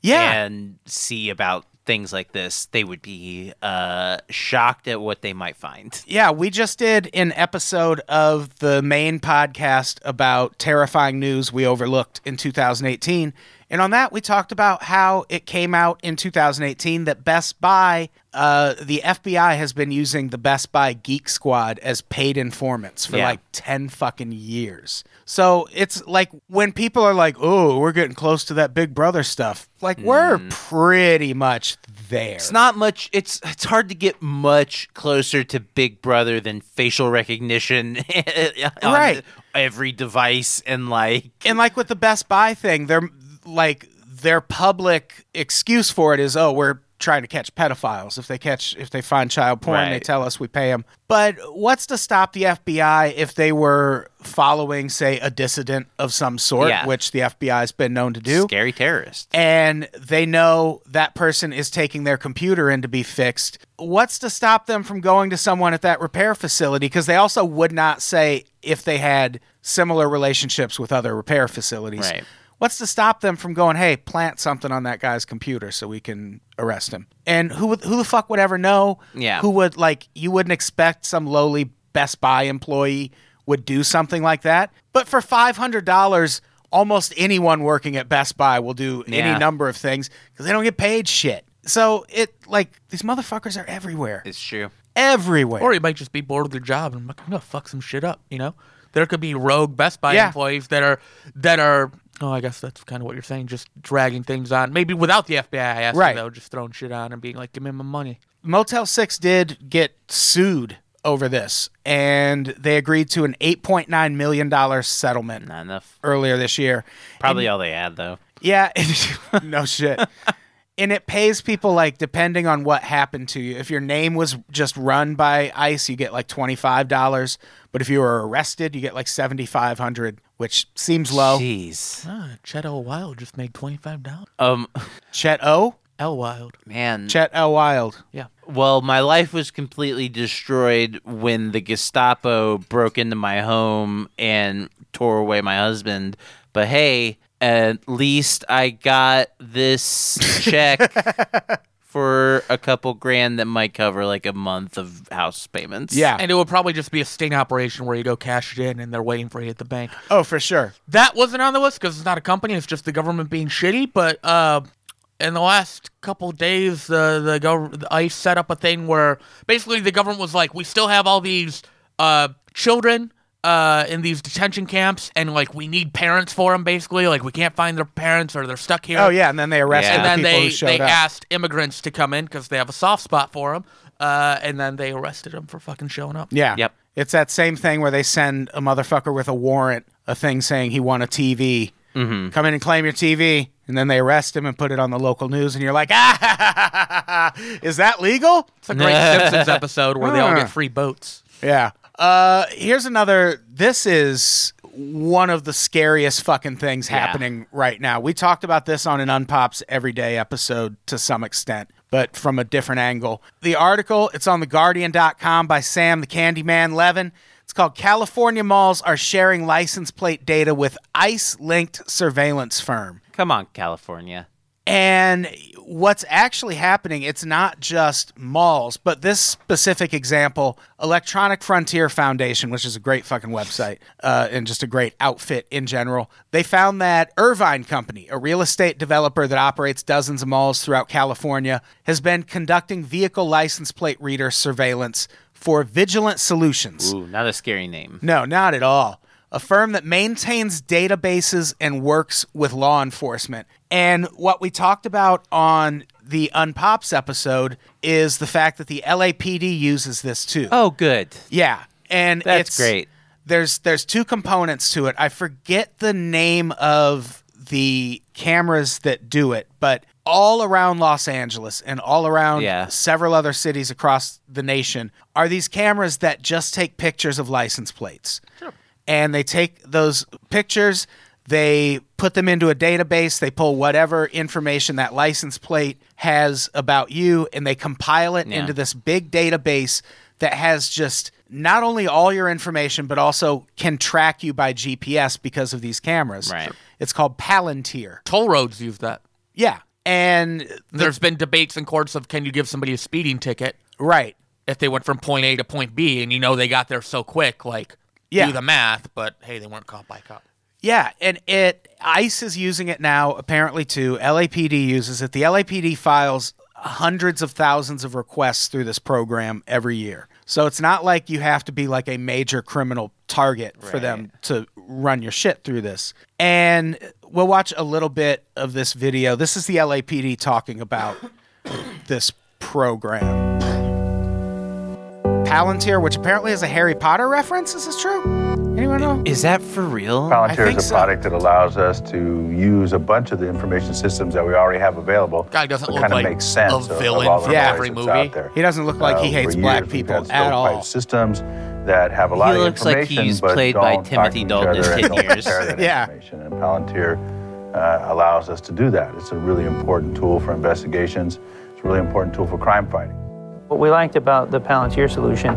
[SPEAKER 3] Yeah.
[SPEAKER 5] and see about things like this, they would be uh, shocked at what they might find.
[SPEAKER 3] Yeah, we just did an episode of the main podcast about terrifying news we overlooked in 2018. And on that, we talked about how it came out in 2018 that Best Buy, uh, the FBI has been using the Best Buy Geek Squad as paid informants for
[SPEAKER 5] Yeah.
[SPEAKER 3] like 10 fucking years. So it's like when people are like, oh, we're getting close to that Big Brother stuff, like we're pretty much there.
[SPEAKER 5] Mm. It's not much. It's it's hard to get much closer to Big Brother than facial recognition on
[SPEAKER 3] Right.
[SPEAKER 5] every device and like
[SPEAKER 3] and like with the Best Buy thing, they're like their public excuse for it is, oh, we're trying to catch pedophiles. If they catch, if they find child porn, they
[SPEAKER 5] Right.
[SPEAKER 3] tell us we pay them. But what's to stop the FBI if they were following, say, a dissident of some sort,
[SPEAKER 5] Yeah.
[SPEAKER 3] which the FBI's been known to do?
[SPEAKER 5] Scary terrorist.
[SPEAKER 3] and they know that person is taking their computer in to be fixed, what's to stop them from going to someone at that repair facility? Because they also would not say if they had similar relationships with other repair facilities.
[SPEAKER 5] Right.
[SPEAKER 3] What's to stop them from going, hey, plant something on that guy's computer so we can arrest him? And who would- who the fuck would ever know?
[SPEAKER 5] Yeah.
[SPEAKER 3] Who would like you wouldn't expect some lowly Best Buy employee would do something like that. But for five hundred dollars, almost anyone working at Best Buy will do
[SPEAKER 5] Yeah.
[SPEAKER 3] any number of things because they don't get paid shit. So it like these motherfuckers are everywhere.
[SPEAKER 5] It's true.
[SPEAKER 3] everywhere.
[SPEAKER 4] Or you might just be bored with your job and like, I'm gonna fuck some shit up, you know? There could be rogue Best Buy
[SPEAKER 3] Yeah.
[SPEAKER 4] employees that are that are oh, I guess that's kind of what you're saying, just dragging things on. Maybe without the FBI asking
[SPEAKER 3] Right.
[SPEAKER 4] though, just throwing shit on and being like, Give me my money.
[SPEAKER 3] Motel 6 did get sued over this and they agreed to an 8.9 million dollar settlement
[SPEAKER 5] Not enough.
[SPEAKER 3] earlier this year.
[SPEAKER 5] Probably all they had though.
[SPEAKER 3] Yeah, no shit. and it pays people like depending on what happened to you. If your name was just run by ICE, you get like twenty five dollars. But if you were arrested, you get like seventy five hundred, which seems low.
[SPEAKER 5] Jeez.
[SPEAKER 4] Ah, Chet L. Wild just made twenty five dollars.
[SPEAKER 5] Um,
[SPEAKER 3] Chet O,
[SPEAKER 4] L Wild.
[SPEAKER 5] man.
[SPEAKER 3] Chet L. Wild.
[SPEAKER 4] Yeah.
[SPEAKER 5] Well, my life was completely destroyed when the Gestapo broke into my home and tore away my husband. But hey, at least I got this check for a couple grand that might cover like a month of house payments.
[SPEAKER 3] Yeah.
[SPEAKER 4] And it would probably just be a sting operation where you go cash it in and they're waiting for you at the bank.
[SPEAKER 3] oh, for sure.
[SPEAKER 4] That wasn't on the list because it's not a company. It's just the government being shitty. But uh, in the last couple days, the the, gov- the ICE set up a thing where basically the government was like, we still have all these uh, children uh, in these detention camps, and like we need parents for them. Basically, like we can't find their parents or they're stuck here.
[SPEAKER 3] Oh yeah, and then they arrested
[SPEAKER 5] Yeah.
[SPEAKER 4] And
[SPEAKER 3] the
[SPEAKER 4] then
[SPEAKER 3] people
[SPEAKER 4] they,
[SPEAKER 3] who showed
[SPEAKER 4] they
[SPEAKER 3] up.
[SPEAKER 4] asked immigrants to come in because they have a soft spot for them. Uh, and then they arrested them for fucking showing up.
[SPEAKER 3] yeah.
[SPEAKER 5] Yep.
[SPEAKER 3] It's that same thing where they send a motherfucker with a warrant, a thing saying he won a TV. Mm-hmm. Come in and claim your TV, and then they arrest him and put it on the local news, and you're like, ah, is that legal?
[SPEAKER 4] It's a great Simpsons episode where they all get free boats.
[SPEAKER 3] Yeah. Uh, here's another. This is one of the scariest fucking things happening right now. We talked about this on an Unpops Everyday episode to some extent, but from a different angle. The article, it's on theguardian.com by Sam the Candyman Levin. It's called California Malls Are Sharing License Plate Data with ICE Linked Surveillance Firm.
[SPEAKER 5] Come on, California.
[SPEAKER 3] And what's actually happening, it's not just malls, but this specific example, Electronic Frontier Foundation, which is a great fucking website uh, and just a great outfit in general, they found that Irvine Company, a real estate developer that operates dozens of malls throughout California, has been conducting vehicle license plate reader surveillance for Vigilant Solutions.
[SPEAKER 5] Ooh, not a scary name.
[SPEAKER 3] No, not at all. A firm that maintains databases and works with law enforcement. And what we talked about on the Unpops episode is the fact that the LAPD uses this too.
[SPEAKER 5] Oh, good.
[SPEAKER 3] Yeah, and
[SPEAKER 5] That's
[SPEAKER 3] it's,
[SPEAKER 5] great.
[SPEAKER 3] There's there's two components to it. I forget the name of the cameras that do it, but all around Los Angeles and all around
[SPEAKER 5] Yeah.
[SPEAKER 3] several other cities across the nation are these cameras that just take pictures of license plates. And they take those pictures, they put them into a database, they pull whatever information that license plate has about you and they compile it into this big database that has just not only all your information but also can track you by GPS because of these cameras.
[SPEAKER 5] Right.
[SPEAKER 3] It's called Palantir.
[SPEAKER 4] Toll roads use that.
[SPEAKER 3] Yeah. And
[SPEAKER 4] There's been debates in courts of can you give somebody a speeding ticket
[SPEAKER 3] right.
[SPEAKER 4] if they went from point A to point B and you know they got there so quick, like
[SPEAKER 3] Yeah.
[SPEAKER 4] do the math, but hey, they weren't caught by a cop.
[SPEAKER 3] Yeah, and it ICE is using it now apparently too. LAPD uses it. The LAPD files hundreds of thousands of requests through this program every year. So it's not like you have to be like a major criminal target for them to run your shit through this. And we'll watch a little bit of this video. This is the LAPD talking about this program. Palantir, which apparently is a Harry Potter reference, is this true? Anyone know?
[SPEAKER 5] Is that for real?
[SPEAKER 3] I
[SPEAKER 6] Palantir
[SPEAKER 3] think
[SPEAKER 6] is a
[SPEAKER 3] so.
[SPEAKER 6] product that allows us to use a bunch of the information systems that we already have available.
[SPEAKER 4] Guy doesn't
[SPEAKER 6] but
[SPEAKER 4] look
[SPEAKER 6] kinda
[SPEAKER 4] like
[SPEAKER 6] makes sense
[SPEAKER 4] a
[SPEAKER 6] of- of
[SPEAKER 4] villain
[SPEAKER 6] all the
[SPEAKER 3] from
[SPEAKER 6] noise
[SPEAKER 4] every
[SPEAKER 6] that's
[SPEAKER 4] movie.
[SPEAKER 6] out there. Uh,
[SPEAKER 3] He doesn't look like he
[SPEAKER 6] for
[SPEAKER 3] hates black
[SPEAKER 6] years, we've
[SPEAKER 3] people
[SPEAKER 6] had
[SPEAKER 3] at
[SPEAKER 6] stovepipe
[SPEAKER 3] all.
[SPEAKER 6] Systems that have a lot
[SPEAKER 5] He
[SPEAKER 6] of
[SPEAKER 5] looks like
[SPEAKER 6] information,
[SPEAKER 5] he's
[SPEAKER 6] but
[SPEAKER 5] played by
[SPEAKER 6] don't talk
[SPEAKER 5] Timothy
[SPEAKER 6] to each
[SPEAKER 5] Dalton in
[SPEAKER 6] other and
[SPEAKER 5] 10
[SPEAKER 6] don't
[SPEAKER 5] years.
[SPEAKER 6] share that
[SPEAKER 3] Yeah.
[SPEAKER 6] information. And Palantir uh, allows us to do that. It's a really important tool for investigations. It's a really important tool for crime fighting.
[SPEAKER 7] What we liked about the Palantir solution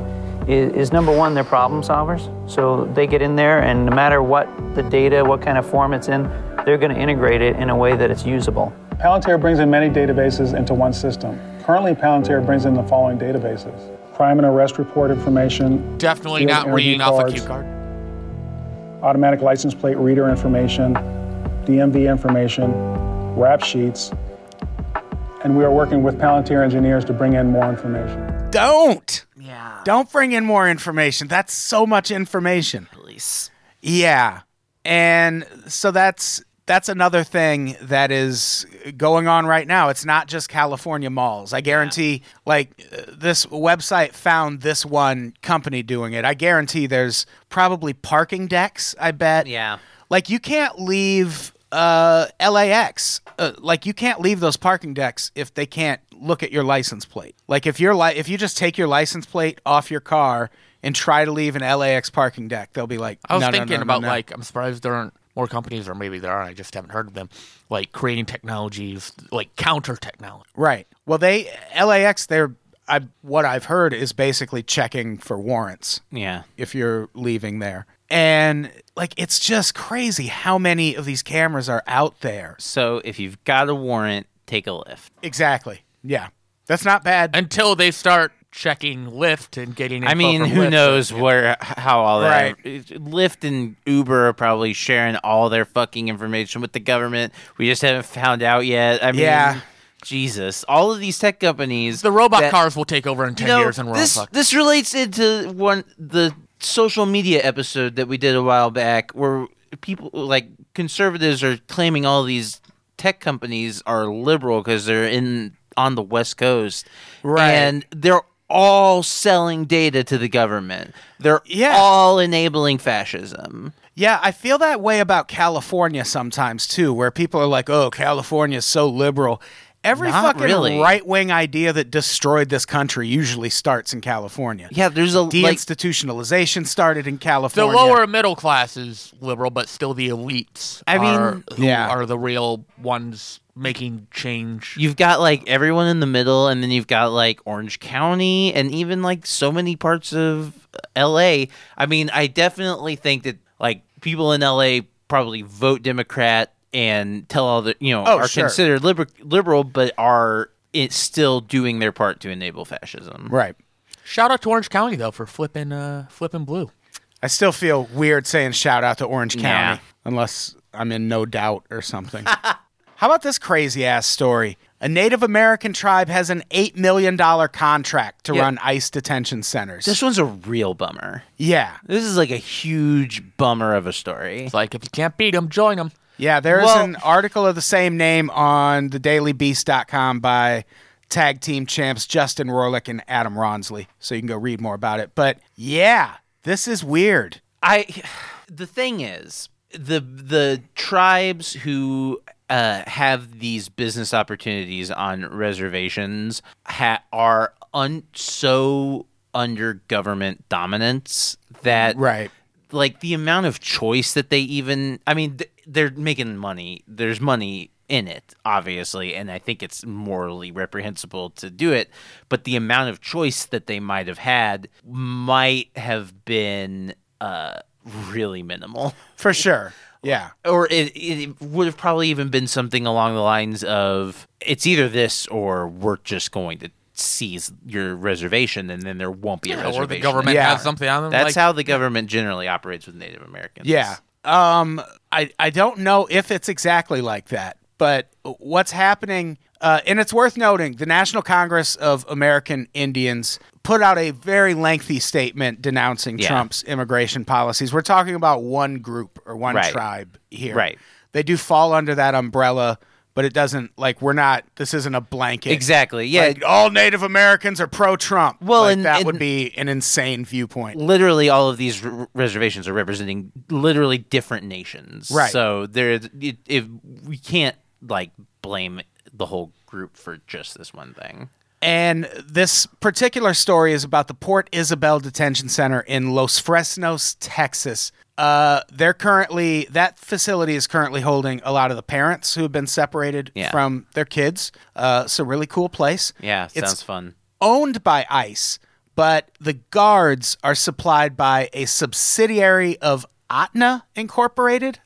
[SPEAKER 7] is, is number one, they're problem solvers. So they get in there, and no matter what the data, what kind of form it's in, they're going to integrate it in a way that it's usable.
[SPEAKER 8] Palantir brings in many databases into one system. Currently, Palantir brings in the following databases crime and arrest report information,
[SPEAKER 4] Definitely
[SPEAKER 8] Field
[SPEAKER 4] not
[SPEAKER 8] interview
[SPEAKER 4] reading off a
[SPEAKER 8] cards.
[SPEAKER 4] cue card.
[SPEAKER 8] automatic license plate reader information, DMV information, rap sheets, and we are working with Palantir engineers to bring in more information.
[SPEAKER 3] Don't. Yeah. Don't bring in more information. That's so much information.
[SPEAKER 5] Please.
[SPEAKER 3] Yeah. And so that's that's another thing that is going on right now. It's not just California malls. I guarantee like uh, this website found this one company doing it. I guarantee there's probably parking decks, I bet.
[SPEAKER 5] Yeah.
[SPEAKER 3] Like you can't leave uh LAX. Uh, like you can't leave those parking decks if they can't look at your license plate. Like if your li- if you just take your license plate off your car and try to leave an LAX parking deck, they'll be like
[SPEAKER 4] I was
[SPEAKER 3] "No, no,
[SPEAKER 4] thinking
[SPEAKER 3] no, no,
[SPEAKER 4] about
[SPEAKER 3] no."
[SPEAKER 4] like I'm surprised there aren't more companies, or maybe there are. I just haven't heard of them. Like creating technologies, like counter technology.
[SPEAKER 3] Right. Well, they LAX. They're I what I've heard is basically checking for warrants
[SPEAKER 5] Yeah.
[SPEAKER 3] if you're leaving there, and like it's just crazy how many of these cameras are out there.
[SPEAKER 5] So if you've got a warrant, take a lift.
[SPEAKER 3] Exactly. Yeah. That's not bad.
[SPEAKER 4] until they start checking Lyft and getting.
[SPEAKER 5] I
[SPEAKER 4] info
[SPEAKER 5] mean,
[SPEAKER 4] from
[SPEAKER 5] who
[SPEAKER 4] Lyft.
[SPEAKER 5] knows where how all that
[SPEAKER 3] Right.
[SPEAKER 5] Lyft and Uber are probably sharing all their fucking information with the government. We just haven't found out yet. I mean,
[SPEAKER 3] Yeah.
[SPEAKER 5] Jesus, all of these tech companies,
[SPEAKER 4] The robot
[SPEAKER 5] that-
[SPEAKER 4] cars will take over in ten
[SPEAKER 5] you know,
[SPEAKER 4] years, and we're all
[SPEAKER 5] this
[SPEAKER 4] fucked.
[SPEAKER 5] this relates into one the social media episode that we did a while back, where people like conservatives are claiming all these tech companies are liberal because they're in on the West Coast,
[SPEAKER 3] Right.
[SPEAKER 5] And they're all selling data to the government. They're
[SPEAKER 3] Yeah.
[SPEAKER 5] all enabling fascism.
[SPEAKER 3] Yeah, I feel that way about California sometimes too, where people are like, "Oh, California's so liberal." Every
[SPEAKER 5] Not
[SPEAKER 3] fucking
[SPEAKER 5] really.
[SPEAKER 3] right-wing idea that destroyed this country usually starts in California.
[SPEAKER 5] Yeah, there's a like
[SPEAKER 3] Deinstitutionalization started in
[SPEAKER 4] The
[SPEAKER 3] California.
[SPEAKER 4] lower middle class is liberal, but still the elites.
[SPEAKER 5] I mean,
[SPEAKER 4] are, who
[SPEAKER 3] yeah.
[SPEAKER 4] are the real ones making change.
[SPEAKER 5] you've got like everyone in the middle and then you've got like orange county and even like so many parts of la i mean i definitely think that like people in la probably vote democrat and tell all the you know
[SPEAKER 3] Oh,
[SPEAKER 5] are
[SPEAKER 3] sure.
[SPEAKER 5] considered liber- liberal but are it still doing their part to enable fascism
[SPEAKER 3] Right.
[SPEAKER 4] Shout out to Orange County though for flipping, uh, flipping blue.
[SPEAKER 3] I still feel weird saying shout out to Orange County
[SPEAKER 5] Nah.
[SPEAKER 3] unless I'm in no doubt or something. How about this crazy ass story? A Native American tribe has an $8 million contract to
[SPEAKER 5] Yeah.
[SPEAKER 3] run ICE detention centers.
[SPEAKER 5] this one's a real bummer
[SPEAKER 3] yeah.
[SPEAKER 5] this is like a huge bummer of a story
[SPEAKER 4] It's like if you can't beat them, join them.
[SPEAKER 3] Yeah, there is
[SPEAKER 5] Well-
[SPEAKER 3] an article of the same name on thedailybeast.com by tag team champs Justin Rorlick and Adam Ronsley. So you can go read more about it. But yeah, this is weird.
[SPEAKER 5] I the thing is the the tribes who uh, have these business opportunities on reservations ha- are un- so under government dominance that
[SPEAKER 3] Right.
[SPEAKER 5] like the amount of choice that they even i mean th- they're making money there's money in it obviously and i think it's morally reprehensible to do it but the amount of choice that they might have had might have been uh really minimal
[SPEAKER 3] For sure. Yeah.
[SPEAKER 5] or it, it would have probably even been something along the lines of it's either this or we're just going to seize your reservation and then there won't be a reservation
[SPEAKER 4] Or the government
[SPEAKER 3] Yeah.
[SPEAKER 4] has something on them. like,
[SPEAKER 5] that's how the government generally operates with Native Americans.
[SPEAKER 3] Yeah. Um I I don't know if it's exactly like that, but what's happening uh, and it's worth noting the National Congress of American Indians put out a very lengthy statement denouncing
[SPEAKER 5] Yeah.
[SPEAKER 3] Trump's immigration policies. We're talking about one group or one
[SPEAKER 5] Right.
[SPEAKER 3] tribe here.
[SPEAKER 5] Right.
[SPEAKER 3] They do fall under that umbrella but it doesn't like we're not. This isn't a blanket.
[SPEAKER 5] Exactly. Yeah.
[SPEAKER 3] Like, all Native Americans are pro-Trump.
[SPEAKER 5] Well,
[SPEAKER 3] Like,
[SPEAKER 5] and-
[SPEAKER 3] that
[SPEAKER 5] and-
[SPEAKER 3] would be an insane viewpoint.
[SPEAKER 5] literally all of these r- reservations are representing literally different nations.
[SPEAKER 3] Right.
[SPEAKER 5] So there, it, if we can't like blame the whole group for just this one thing.
[SPEAKER 3] And this particular story is about the Port Isabel Detention Center in Los Fresnos, Texas. Uh, they're currently that facility is currently holding a lot of the parents who have been separated
[SPEAKER 5] Yeah.
[SPEAKER 3] from their kids. Uh, it's a really cool place.
[SPEAKER 5] Yeah,
[SPEAKER 3] It's-
[SPEAKER 5] sounds fun.
[SPEAKER 3] owned by ICE, but the guards are supplied by a subsidiary of Atna Incorporated,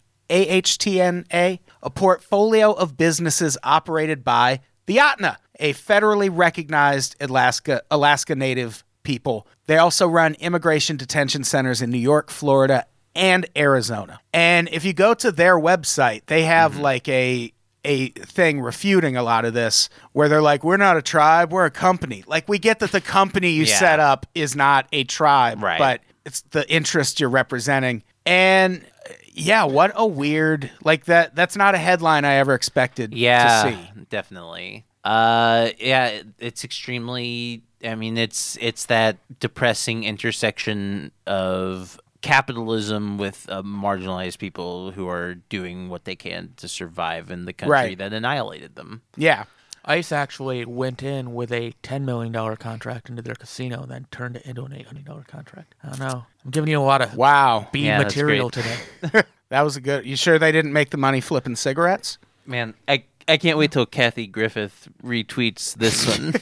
[SPEAKER 3] AHTNA, a portfolio of businesses operated by the Atna, a federally recognized Alaska Alaska Native people. They also run immigration detention centers in New York, Florida, and Arizona. And if you go to their website, they have like a a thing refuting a lot of this where they're like we're not a tribe we're a company like we get that the company you
[SPEAKER 5] Yeah.
[SPEAKER 3] set up is not a tribe
[SPEAKER 5] Right.
[SPEAKER 3] but it's the interest you're representing and uh, yeah what a weird like that that's not a headline i ever expected
[SPEAKER 5] Yeah,
[SPEAKER 3] to see
[SPEAKER 5] definitely. Uh, yeah, it- it's extremely. I mean, it's it's that depressing intersection of capitalism with uh, marginalized people who are doing what they can to survive in the country
[SPEAKER 3] Right.
[SPEAKER 5] that annihilated them.
[SPEAKER 3] yeah
[SPEAKER 4] ICE actually went in with a $10 million contract into their casino and then turned it into an $8 million contract. I don't know. I'm giving you a lot of
[SPEAKER 3] wow
[SPEAKER 4] B
[SPEAKER 5] Yeah, that's
[SPEAKER 4] material
[SPEAKER 5] great.
[SPEAKER 4] today.
[SPEAKER 3] that was a good you sure they didn't make the money flipping cigarettes
[SPEAKER 5] Man, I I can't wait till Kathy Griffith retweets this one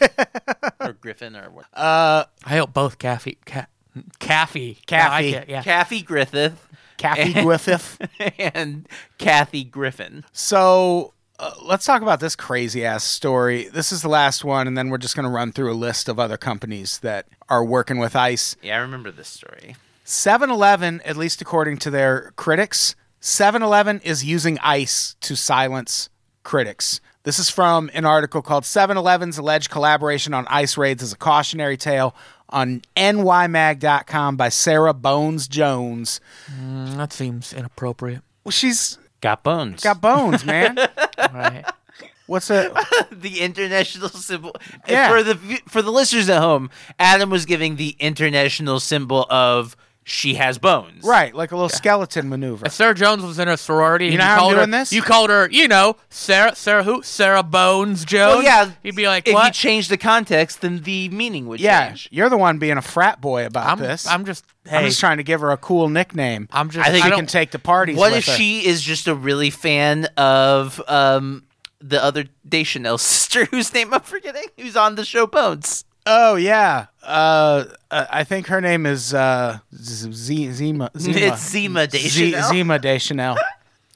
[SPEAKER 5] or Griffin or what?
[SPEAKER 4] I hope both Caffey. Ca- Caffey.
[SPEAKER 3] Caffey.
[SPEAKER 4] Yeah, I get- yeah.
[SPEAKER 5] Kathy Griffith
[SPEAKER 3] kathy griffith
[SPEAKER 5] and Kathy Griffin.
[SPEAKER 3] So uh, let's talk about this crazy ass story. This is the last one, and then we're just going to run through a list of other companies that are working with ICE.
[SPEAKER 5] Yeah, I remember this story.
[SPEAKER 3] 7 Eleven, at least according to their critics, 7 Eleven is using ICE to silence critics. This is from an article called 7 Eleven's Alleged Collaboration on ICE Raids is a Cautionary Tale on nymag.com by Sarah Bones Jones.
[SPEAKER 4] Mm, That seems inappropriate.
[SPEAKER 3] Well, she's
[SPEAKER 5] Got bones.
[SPEAKER 3] got bones, man.
[SPEAKER 4] Right.
[SPEAKER 3] What's a
[SPEAKER 5] the international symbol eh,
[SPEAKER 3] Yeah.
[SPEAKER 5] for the for the listeners at home adam was giving the international symbol of she has bones
[SPEAKER 3] right, like a little skeleton maneuver.
[SPEAKER 4] If Sarah Jones was in a sorority, and
[SPEAKER 3] know how I'm
[SPEAKER 4] called
[SPEAKER 3] doing
[SPEAKER 4] her,
[SPEAKER 3] this?
[SPEAKER 4] You called her, you know, Sarah, Sarah who? Sarah Bones Jones.
[SPEAKER 5] well yeah
[SPEAKER 4] You'd be like,
[SPEAKER 5] if you
[SPEAKER 4] what?
[SPEAKER 5] change the context then the meaning would
[SPEAKER 3] Yeah,
[SPEAKER 5] change
[SPEAKER 3] you're the one being a frat boy about
[SPEAKER 4] I'm,
[SPEAKER 3] this.
[SPEAKER 4] I'm just, hey,
[SPEAKER 3] I'm just trying to give her a cool nickname.
[SPEAKER 4] I'm just-
[SPEAKER 3] I think
[SPEAKER 4] I
[SPEAKER 3] she
[SPEAKER 4] don't-
[SPEAKER 3] can take the parties.
[SPEAKER 5] what
[SPEAKER 3] with
[SPEAKER 5] if
[SPEAKER 3] her.
[SPEAKER 5] she is just a really fan of um the other Deschanel sister whose name I'm forgetting who's on the show Bones
[SPEAKER 3] Oh yeah. Uh, uh, I think her name is uh, Z- Z- Zima. Zima.
[SPEAKER 5] it's Zima
[SPEAKER 3] Z-
[SPEAKER 5] Deschanel
[SPEAKER 3] Zima Deschanel.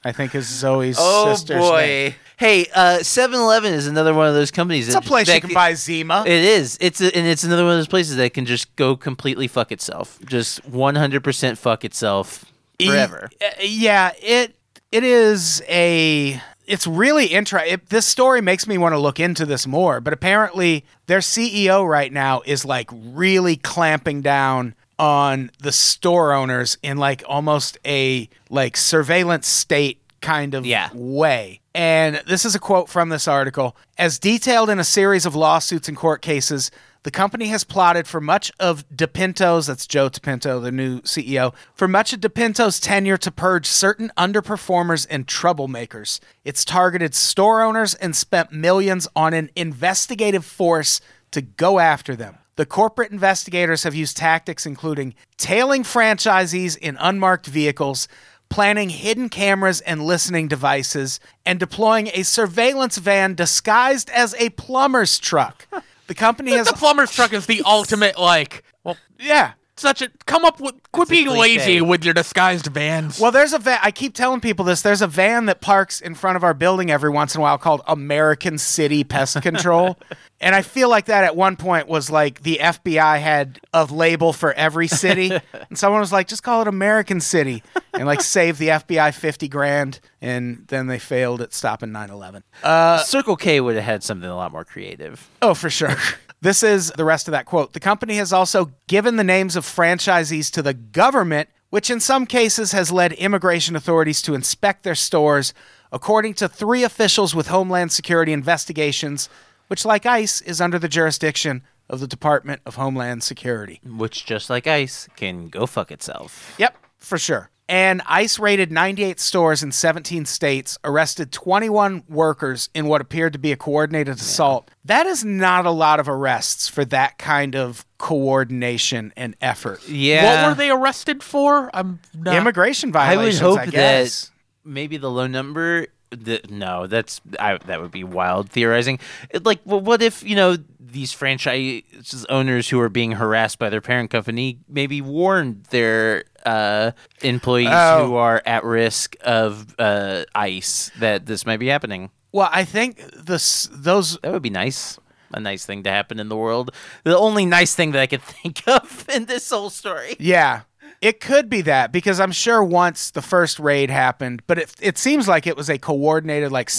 [SPEAKER 3] I think is Zoe's
[SPEAKER 5] oh
[SPEAKER 3] sister's name.
[SPEAKER 5] boy hey uh 7-Eleven is another one of those companies
[SPEAKER 3] It's a place you can buy Zima.
[SPEAKER 5] It is. It's a, and it's another one of those places that can just go completely fuck itself. Just one hundred percent fuck itself
[SPEAKER 4] E,
[SPEAKER 5] forever.
[SPEAKER 3] Y- uh, yeah, it it is a it's really interesting. This story makes me want to look into this more, but apparently their CEO right now is like really clamping down on the store owners in like almost a like surveillance state kind of
[SPEAKER 5] Yeah.
[SPEAKER 3] way. And this is a quote from this article. As detailed in a series of lawsuits and court cases, the company has plotted for much of DePinto's, that's Joe DePinto, the new CEO, for much of DePinto's tenure to purge certain underperformers and troublemakers. It's targeted store owners and spent millions on an investigative force to go after them. The corporate investigators have used tactics including tailing franchisees in unmarked vehicles, planning hidden cameras and listening devices, and deploying a surveillance van disguised as a plumber's truck. The company has
[SPEAKER 4] the plumber's truck is the ultimate, like, well,
[SPEAKER 3] yeah.
[SPEAKER 4] such a, come up with, quit being
[SPEAKER 5] cliche.
[SPEAKER 4] lazy with your disguised vans.
[SPEAKER 3] Well, there's a van. I keep telling people this. There's a van that parks in front of our building every once in a while called American City Pest Control. and I feel like that at one point was like the FBI had a label for every city. and someone was like, just call it American City and like save the FBI 50 grand. And then they failed at stopping 9 11.
[SPEAKER 4] uh,
[SPEAKER 5] Uh, Circle K would have had something a lot more creative.
[SPEAKER 3] Oh, for sure. This is the rest of that quote. The company has also given the names of franchisees to the government, which in some cases has led immigration authorities to inspect their stores according to three officials with Homeland Security investigations, which, like ICE, is under the jurisdiction of the Department of Homeland Security.
[SPEAKER 5] Which, just like ice, can go fuck itself.
[SPEAKER 3] Yep, for sure. And ICE raided 98 stores in 17 states, arrested 21 workers in what appeared to be a coordinated assault. That is not a lot of arrests for that kind of coordination and effort.
[SPEAKER 5] Yeah.
[SPEAKER 4] What were they arrested for? I'm not.
[SPEAKER 3] Immigration
[SPEAKER 5] I would
[SPEAKER 3] violations, I,
[SPEAKER 5] hope
[SPEAKER 3] guess.
[SPEAKER 5] that maybe the low number. The, no, that's I, that would be wild theorizing. It, like, well, what if you know these franchise owners who are being harassed by their parent company maybe warned their uh, employees
[SPEAKER 3] Oh.
[SPEAKER 5] who are at risk of uh, ICE that this might be happening?
[SPEAKER 3] well, I think this those
[SPEAKER 5] That would be nice. A nice thing to happen in the world. The only nice thing that I could think of in this whole story.
[SPEAKER 3] Yeah. It could be that because I'm sure once the first raid happened, but it, it seems like it was a coordinated, like
[SPEAKER 5] right, like a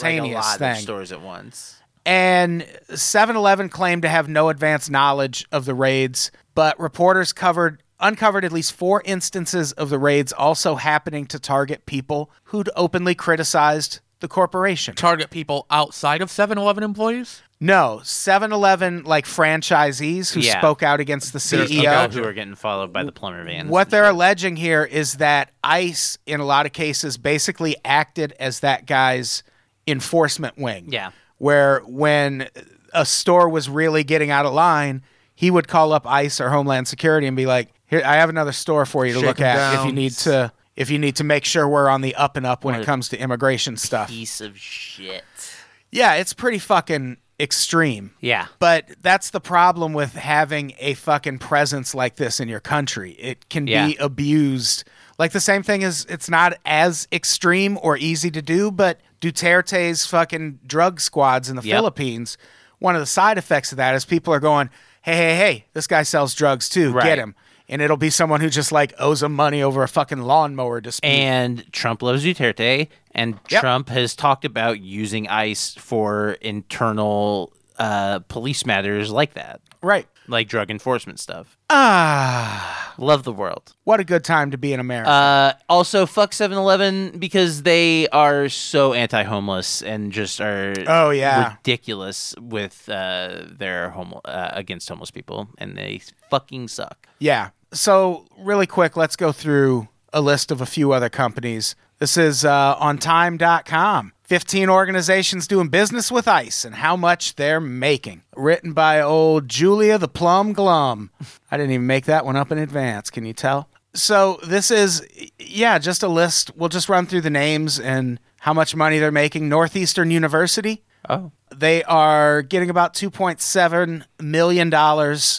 [SPEAKER 3] simultaneous
[SPEAKER 5] lot Of
[SPEAKER 3] thing.
[SPEAKER 5] stores at once.
[SPEAKER 3] And 7 Eleven claimed to have no advance knowledge of the raids, but reporters covered uncovered at least four instances of the raids also happening to target people who'd openly criticized the corporation.
[SPEAKER 4] Target people outside of 7 Eleven employees?
[SPEAKER 3] No, 7 Eleven, like franchisees who
[SPEAKER 5] Yeah.
[SPEAKER 3] spoke out against the E
[SPEAKER 5] There's
[SPEAKER 3] CEO.
[SPEAKER 5] people who are getting followed by the plumber vans.
[SPEAKER 3] What they're alleging here is that ICE, in a lot of cases, basically acted as that guy's enforcement wing.
[SPEAKER 5] Yeah.
[SPEAKER 3] Where when a store was really getting out of line, he would call up ICE or Homeland Security and be like, "Here, I have another store for you to
[SPEAKER 4] Shake
[SPEAKER 3] look
[SPEAKER 4] 'em
[SPEAKER 3] at if
[SPEAKER 4] down."
[SPEAKER 3] you need to." If you need to make sure we're on the up and up when it comes to immigration stuff.
[SPEAKER 5] piece of shit?
[SPEAKER 3] Yeah, it's pretty fucking extreme.
[SPEAKER 5] Yeah.
[SPEAKER 3] But that's the problem with having a fucking presence like this in your country. It can
[SPEAKER 5] Yeah.
[SPEAKER 3] be abused. Like the same thing is it's not as extreme or easy to do, but Duterte's fucking drug squads in the
[SPEAKER 5] Yep.
[SPEAKER 3] Philippines, one of the side effects of that is people are going, "Hey, hey, hey, this guy sells drugs too.
[SPEAKER 5] Right.
[SPEAKER 3] Get him." And it'll be someone who just like owes him money over a fucking lawnmower dispute.
[SPEAKER 5] And Trump loves Duterte, and
[SPEAKER 3] Yep.
[SPEAKER 5] Trump has talked about using ICE for internal uh, police matters like that,
[SPEAKER 3] right.
[SPEAKER 5] like drug enforcement stuff.
[SPEAKER 3] Ah,
[SPEAKER 5] Love the world.
[SPEAKER 3] what a good time to be in America.
[SPEAKER 5] Uh, also, fuck 7 Eleven because they are so anti homeless and just are
[SPEAKER 3] Oh, yeah.
[SPEAKER 5] ridiculous with uh, their home uh, against homeless people, and they fucking suck.
[SPEAKER 3] Yeah. So, really quick, let's go through a list of a few other companies. This is uh, on time.com. 15 organizations doing business with ICE and how much they're making. Written by old Julia the Plum Glum. I didn't even make that one up in advance. Can you tell? So, this is, yeah, just a list. We'll just run through the names and how much money they're making. Northeastern University, they are getting about $2.7 million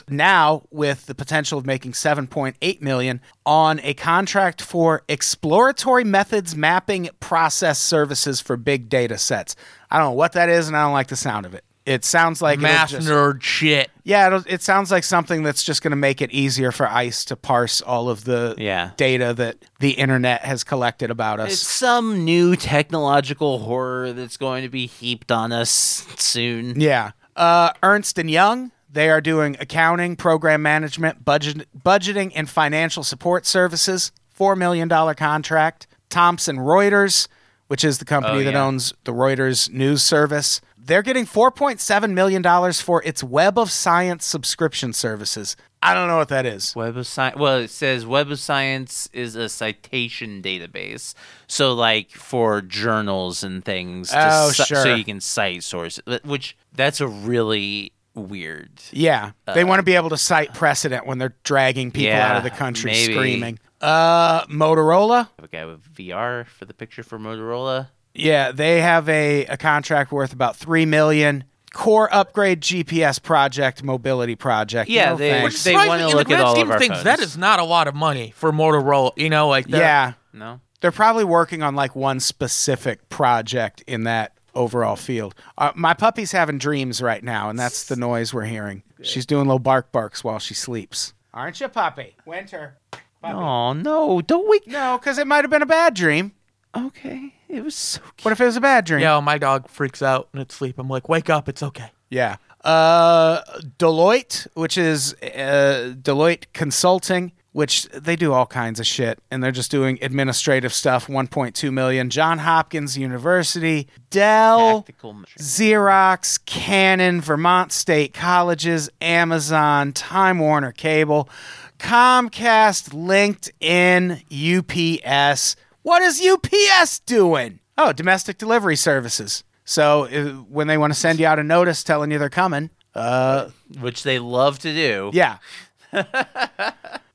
[SPEAKER 3] now, with the potential of making $7.8 million on a contract for exploratory methods mapping process services for big data sets. I don't know what that is, and I don't like the sound of it. It sounds like it'll
[SPEAKER 4] Math
[SPEAKER 3] just-
[SPEAKER 4] nerd shit.
[SPEAKER 3] yeah, it'll, it sounds like something that's just going to make it easier for ICE to parse all of the
[SPEAKER 5] Yeah.
[SPEAKER 3] data that the internet has collected about us.
[SPEAKER 5] It's some new technological horror that's going to be heaped on us soon.
[SPEAKER 3] Yeah. Uh, Ernst and Young. They are doing accounting, program management, budget, budgeting, and financial support services. Four million dollar contract. Thomson Reuters, which is the company
[SPEAKER 5] Oh,
[SPEAKER 3] that owns the Reuters news service, they're getting four point seven million dollars for its Web of Science subscription services. I don't know what that is.
[SPEAKER 5] Web of Science. Well, it says Web of Science is a citation database. So, like for journals and things, to
[SPEAKER 3] Oh,
[SPEAKER 5] ci-
[SPEAKER 3] sure.
[SPEAKER 5] so you can cite sources, wh- which that's a really weird.
[SPEAKER 3] Yeah, they want to be able to cite precedent when they're dragging people
[SPEAKER 5] Uh, Yeah,
[SPEAKER 3] out of the country
[SPEAKER 5] maybe.
[SPEAKER 3] screaming. Uh, Motorola,
[SPEAKER 5] I have a guy with VR for the picture for Motorola.
[SPEAKER 3] Yeah, they have a, a contract worth about three million. Core upgrade GPS project, mobility project.
[SPEAKER 5] Yeah,
[SPEAKER 3] No
[SPEAKER 5] they-
[SPEAKER 3] thanks.
[SPEAKER 5] Which they
[SPEAKER 4] Surprisingly,
[SPEAKER 5] wanna
[SPEAKER 4] in the
[SPEAKER 5] look at
[SPEAKER 4] grand
[SPEAKER 5] all
[SPEAKER 4] scheme
[SPEAKER 5] of our
[SPEAKER 4] things, That
[SPEAKER 5] phones.
[SPEAKER 4] is not a lot of money for Motorola. You know, like that.
[SPEAKER 3] yeah,
[SPEAKER 5] No,
[SPEAKER 3] they're probably working on like one specific project in that overall field. Uh, my puppy's having dreams right now, and that's the noise we're hearing. She's doing little bark barks while she sleeps. Aren't you, puppy? Winter.
[SPEAKER 5] oh no, don't wake.
[SPEAKER 3] No, because it might have been a bad dream.
[SPEAKER 5] Okay, it was so. Cute.
[SPEAKER 3] What if it was a bad dream?
[SPEAKER 4] Yeah, my dog freaks out in its sleep. I'm like, wake up, it's okay.
[SPEAKER 3] Yeah. Uh, Deloitte, which is uh, Deloitte Consulting, which they do all kinds of shit and they're just doing administrative stuff 1.2 million john hopkins university dell
[SPEAKER 5] Tactical measure.
[SPEAKER 3] xerox canon vermont state colleges amazon time warner cable comcast linkedin ups what is ups doing oh domestic delivery services so uh, when they want to send you out a notice telling you they're coming
[SPEAKER 5] which they love to do.
[SPEAKER 3] yeah.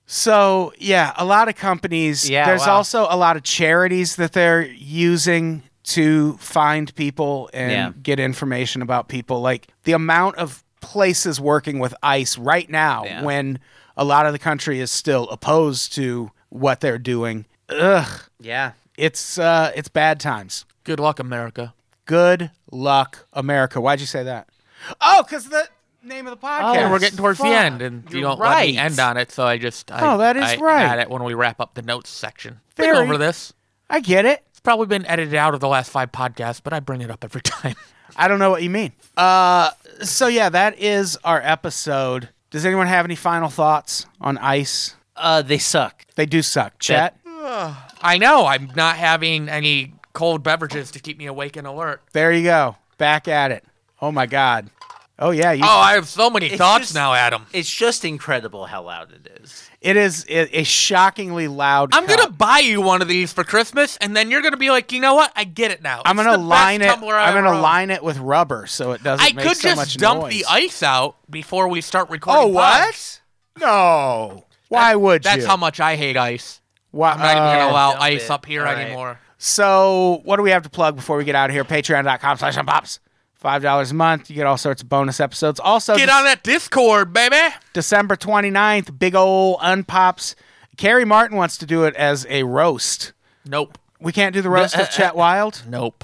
[SPEAKER 3] so yeah, a lot of companies.
[SPEAKER 5] Yeah,
[SPEAKER 3] There's
[SPEAKER 5] wow.
[SPEAKER 3] also a lot of charities that they're using to find people and
[SPEAKER 5] Yeah.
[SPEAKER 3] get information about people. Like the amount of places working with ICE right now,
[SPEAKER 5] Yeah.
[SPEAKER 3] when a lot of the country is still opposed to what they're doing. Ugh,
[SPEAKER 5] Yeah.
[SPEAKER 3] it's uh, it's bad times.
[SPEAKER 4] Good luck, America.
[SPEAKER 3] Good luck, America. Why'd you say that? Oh, because the name of the
[SPEAKER 5] Oh,
[SPEAKER 3] podcast.
[SPEAKER 4] And we're getting towards the
[SPEAKER 3] Fuck.
[SPEAKER 4] end, and you
[SPEAKER 5] You're
[SPEAKER 4] don't let me
[SPEAKER 5] right.
[SPEAKER 4] end on it, so I just I,
[SPEAKER 3] Oh, that is
[SPEAKER 4] I
[SPEAKER 3] right.
[SPEAKER 4] add it when we wrap up the notes section. Been
[SPEAKER 3] Very-
[SPEAKER 4] over this.
[SPEAKER 3] I get it.
[SPEAKER 4] It's probably been edited out of the last five podcasts, but I bring it up every time.
[SPEAKER 3] I don't know what you mean. Uh, so yeah, that is our episode. Does anyone have any final thoughts on ice?
[SPEAKER 5] Uh, they suck.
[SPEAKER 3] They do suck. Chet,
[SPEAKER 4] I know I'm not having any cold beverages to keep me awake and alert.
[SPEAKER 3] there you go. Back at it. Oh my God. Oh yeah, you,
[SPEAKER 4] Oh, I have so many thoughts
[SPEAKER 5] just-
[SPEAKER 4] now, Adam.
[SPEAKER 5] It's just incredible how loud it is.
[SPEAKER 3] it is a, a shockingly loud.
[SPEAKER 4] I'm
[SPEAKER 3] cup.
[SPEAKER 4] gonna buy you one of these for Christmas, and then you're gonna be like, you know what? I get it now.
[SPEAKER 3] I'm
[SPEAKER 4] It's
[SPEAKER 3] gonna
[SPEAKER 4] the best
[SPEAKER 3] line it.
[SPEAKER 4] tumbler I
[SPEAKER 3] I'm
[SPEAKER 4] ever
[SPEAKER 3] gonna
[SPEAKER 4] owned.
[SPEAKER 3] line it with rubber so it doesn't
[SPEAKER 4] I
[SPEAKER 3] make
[SPEAKER 4] could
[SPEAKER 3] so much
[SPEAKER 4] just dump
[SPEAKER 3] noise.
[SPEAKER 4] the ice out before we start recording.
[SPEAKER 3] Oh
[SPEAKER 4] pods.
[SPEAKER 3] what? No. Why would
[SPEAKER 4] That's
[SPEAKER 3] you?
[SPEAKER 4] how much I hate ice.
[SPEAKER 3] Why,
[SPEAKER 4] I'm not even
[SPEAKER 3] uh,
[SPEAKER 4] gonna allow
[SPEAKER 5] Oh, dump
[SPEAKER 4] ice
[SPEAKER 5] it.
[SPEAKER 4] up here
[SPEAKER 5] All right.
[SPEAKER 4] anymore.
[SPEAKER 3] So, what do we have to plug before we get out of here? Patreon.com slash unpops. $5 a month. You get all sorts of bonus episodes. Also,
[SPEAKER 4] Get on that Discord, baby.
[SPEAKER 3] December 29th, big ol' unpops. Carrie Martin wants to do it as a roast.
[SPEAKER 4] Nope.
[SPEAKER 3] We can't do the roast of Chet Wild.
[SPEAKER 4] Nope.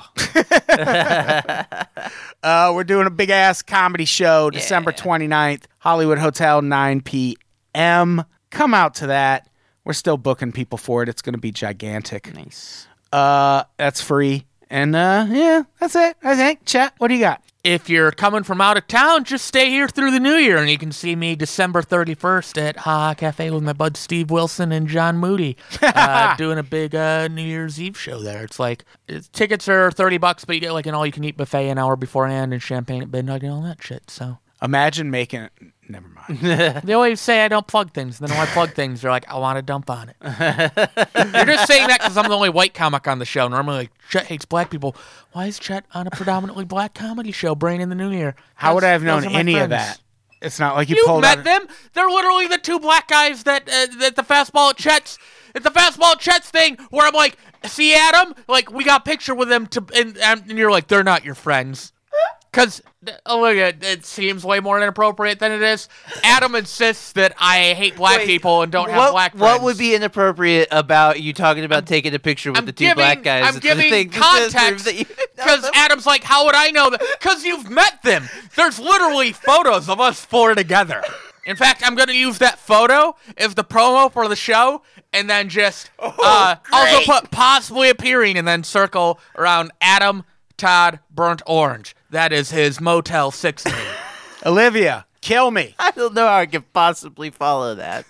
[SPEAKER 3] Uh, we're doing a big ass comedy show December 29th, Hollywood Hotel, 9 p.m. Come out to that. We're still booking people for it. It's going to be gigantic.
[SPEAKER 5] Nice.
[SPEAKER 3] Uh, that's free. And uh, yeah, that's it, I think. Chet, what do you got?
[SPEAKER 4] if you're coming from out of town, just stay here through the new year, and you can see me December 31st at Ha Ha Cafe with my bud Steve Wilson and John Moody uh, doing a big uh, New Year's Eve show there. It's like it's, tickets are 30 bucks, but you get like an all-you-can-eat buffet an hour beforehand and champagne at midnight and all that shit. So
[SPEAKER 3] Imagine making it. Never mind.
[SPEAKER 4] they always say I don't plug things, and then when I plug things, they're like, I want to dump on it. You're just saying that because I'm the only white comic on the show. Normally, like Chet hates black people. Why is Chet on a predominantly black comedy show, Brain in the New Year?
[SPEAKER 3] How would I have
[SPEAKER 4] Those-
[SPEAKER 3] known
[SPEAKER 4] those are my
[SPEAKER 3] any of
[SPEAKER 4] friends.
[SPEAKER 3] that? It's not like you,
[SPEAKER 4] You
[SPEAKER 3] pulled
[SPEAKER 4] met
[SPEAKER 3] out.
[SPEAKER 4] them. They're literally the two black guys that uh, that the fastball at Chet's at the fastball at Chet's thing where I'm like, see Adam, like we got a picture with them to, and, and you're like, they're not your friends. Cause th- oh look, it, it seems way more inappropriate than it is. Adam insists that I hate black people and don't
[SPEAKER 5] what,
[SPEAKER 4] have black friends.
[SPEAKER 5] What would be inappropriate about you talking about taking a picture with
[SPEAKER 4] I'm
[SPEAKER 5] the two
[SPEAKER 4] giving,
[SPEAKER 5] black guys?
[SPEAKER 4] I'm
[SPEAKER 5] at the
[SPEAKER 4] giving
[SPEAKER 5] thing that says
[SPEAKER 4] context
[SPEAKER 5] that you-
[SPEAKER 4] because Adam's like, how would I know that? Because you've met them. There's literally photos of us four together. In fact, I'm going to use that photo as the promo for the show, and then just
[SPEAKER 5] Oh,
[SPEAKER 4] uh, also put possibly appearing, and then circle around Adam Todd Burnt Orange. That is his Motel Six name.
[SPEAKER 3] Olivia, kill me.
[SPEAKER 5] I don't know how I could possibly follow that.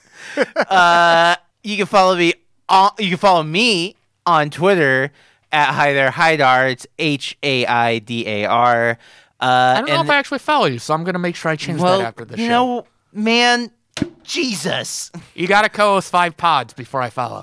[SPEAKER 5] uh, you can follow me. On, you can follow me on Twitter at hi there Hydar. It's H A I D A R. Uh,
[SPEAKER 4] I don't know if I actually follow you, so I'm going to make sure I change
[SPEAKER 5] well,
[SPEAKER 4] that after the
[SPEAKER 5] you
[SPEAKER 4] show.
[SPEAKER 5] know, man, Jesus.
[SPEAKER 4] you got to co-host five pods before I follow.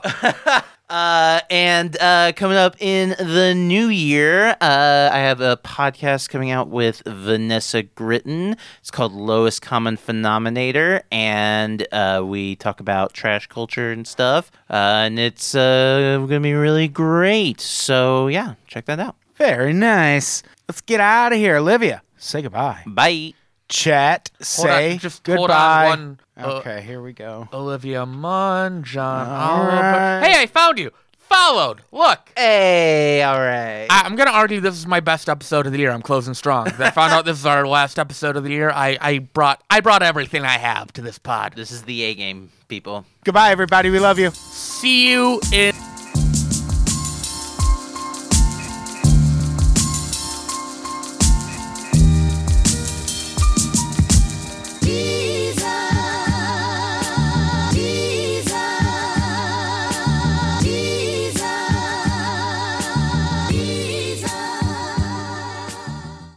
[SPEAKER 5] Uh, and uh, coming up in the new year, uh, I have a podcast coming out with Vanessa Gritton. It's called Lowest Common Phenomenator, and uh, we talk about trash culture and stuff. Uh, and it's uh, going to be really great. So, yeah, check that out.
[SPEAKER 3] Very nice. Let's get out of here, Olivia. Say goodbye.
[SPEAKER 5] Bye.
[SPEAKER 3] Chat.
[SPEAKER 4] Hold on,
[SPEAKER 3] Say
[SPEAKER 4] just hold on
[SPEAKER 3] goodbye.
[SPEAKER 4] one, uh,
[SPEAKER 3] okay, here we go.
[SPEAKER 4] Olivia Munn, John
[SPEAKER 3] All
[SPEAKER 4] Oliver.
[SPEAKER 3] right.
[SPEAKER 4] Hey, I found you. Followed. Look.
[SPEAKER 5] Hey, all right.
[SPEAKER 4] I, I'm gonna argue this is my best episode of the year. I'm closing strong. I found out this is our last episode of the year. I, I brought I brought everything I have to this pod.
[SPEAKER 5] this is the A game, people.
[SPEAKER 3] Goodbye, everybody. We love you.
[SPEAKER 4] See you in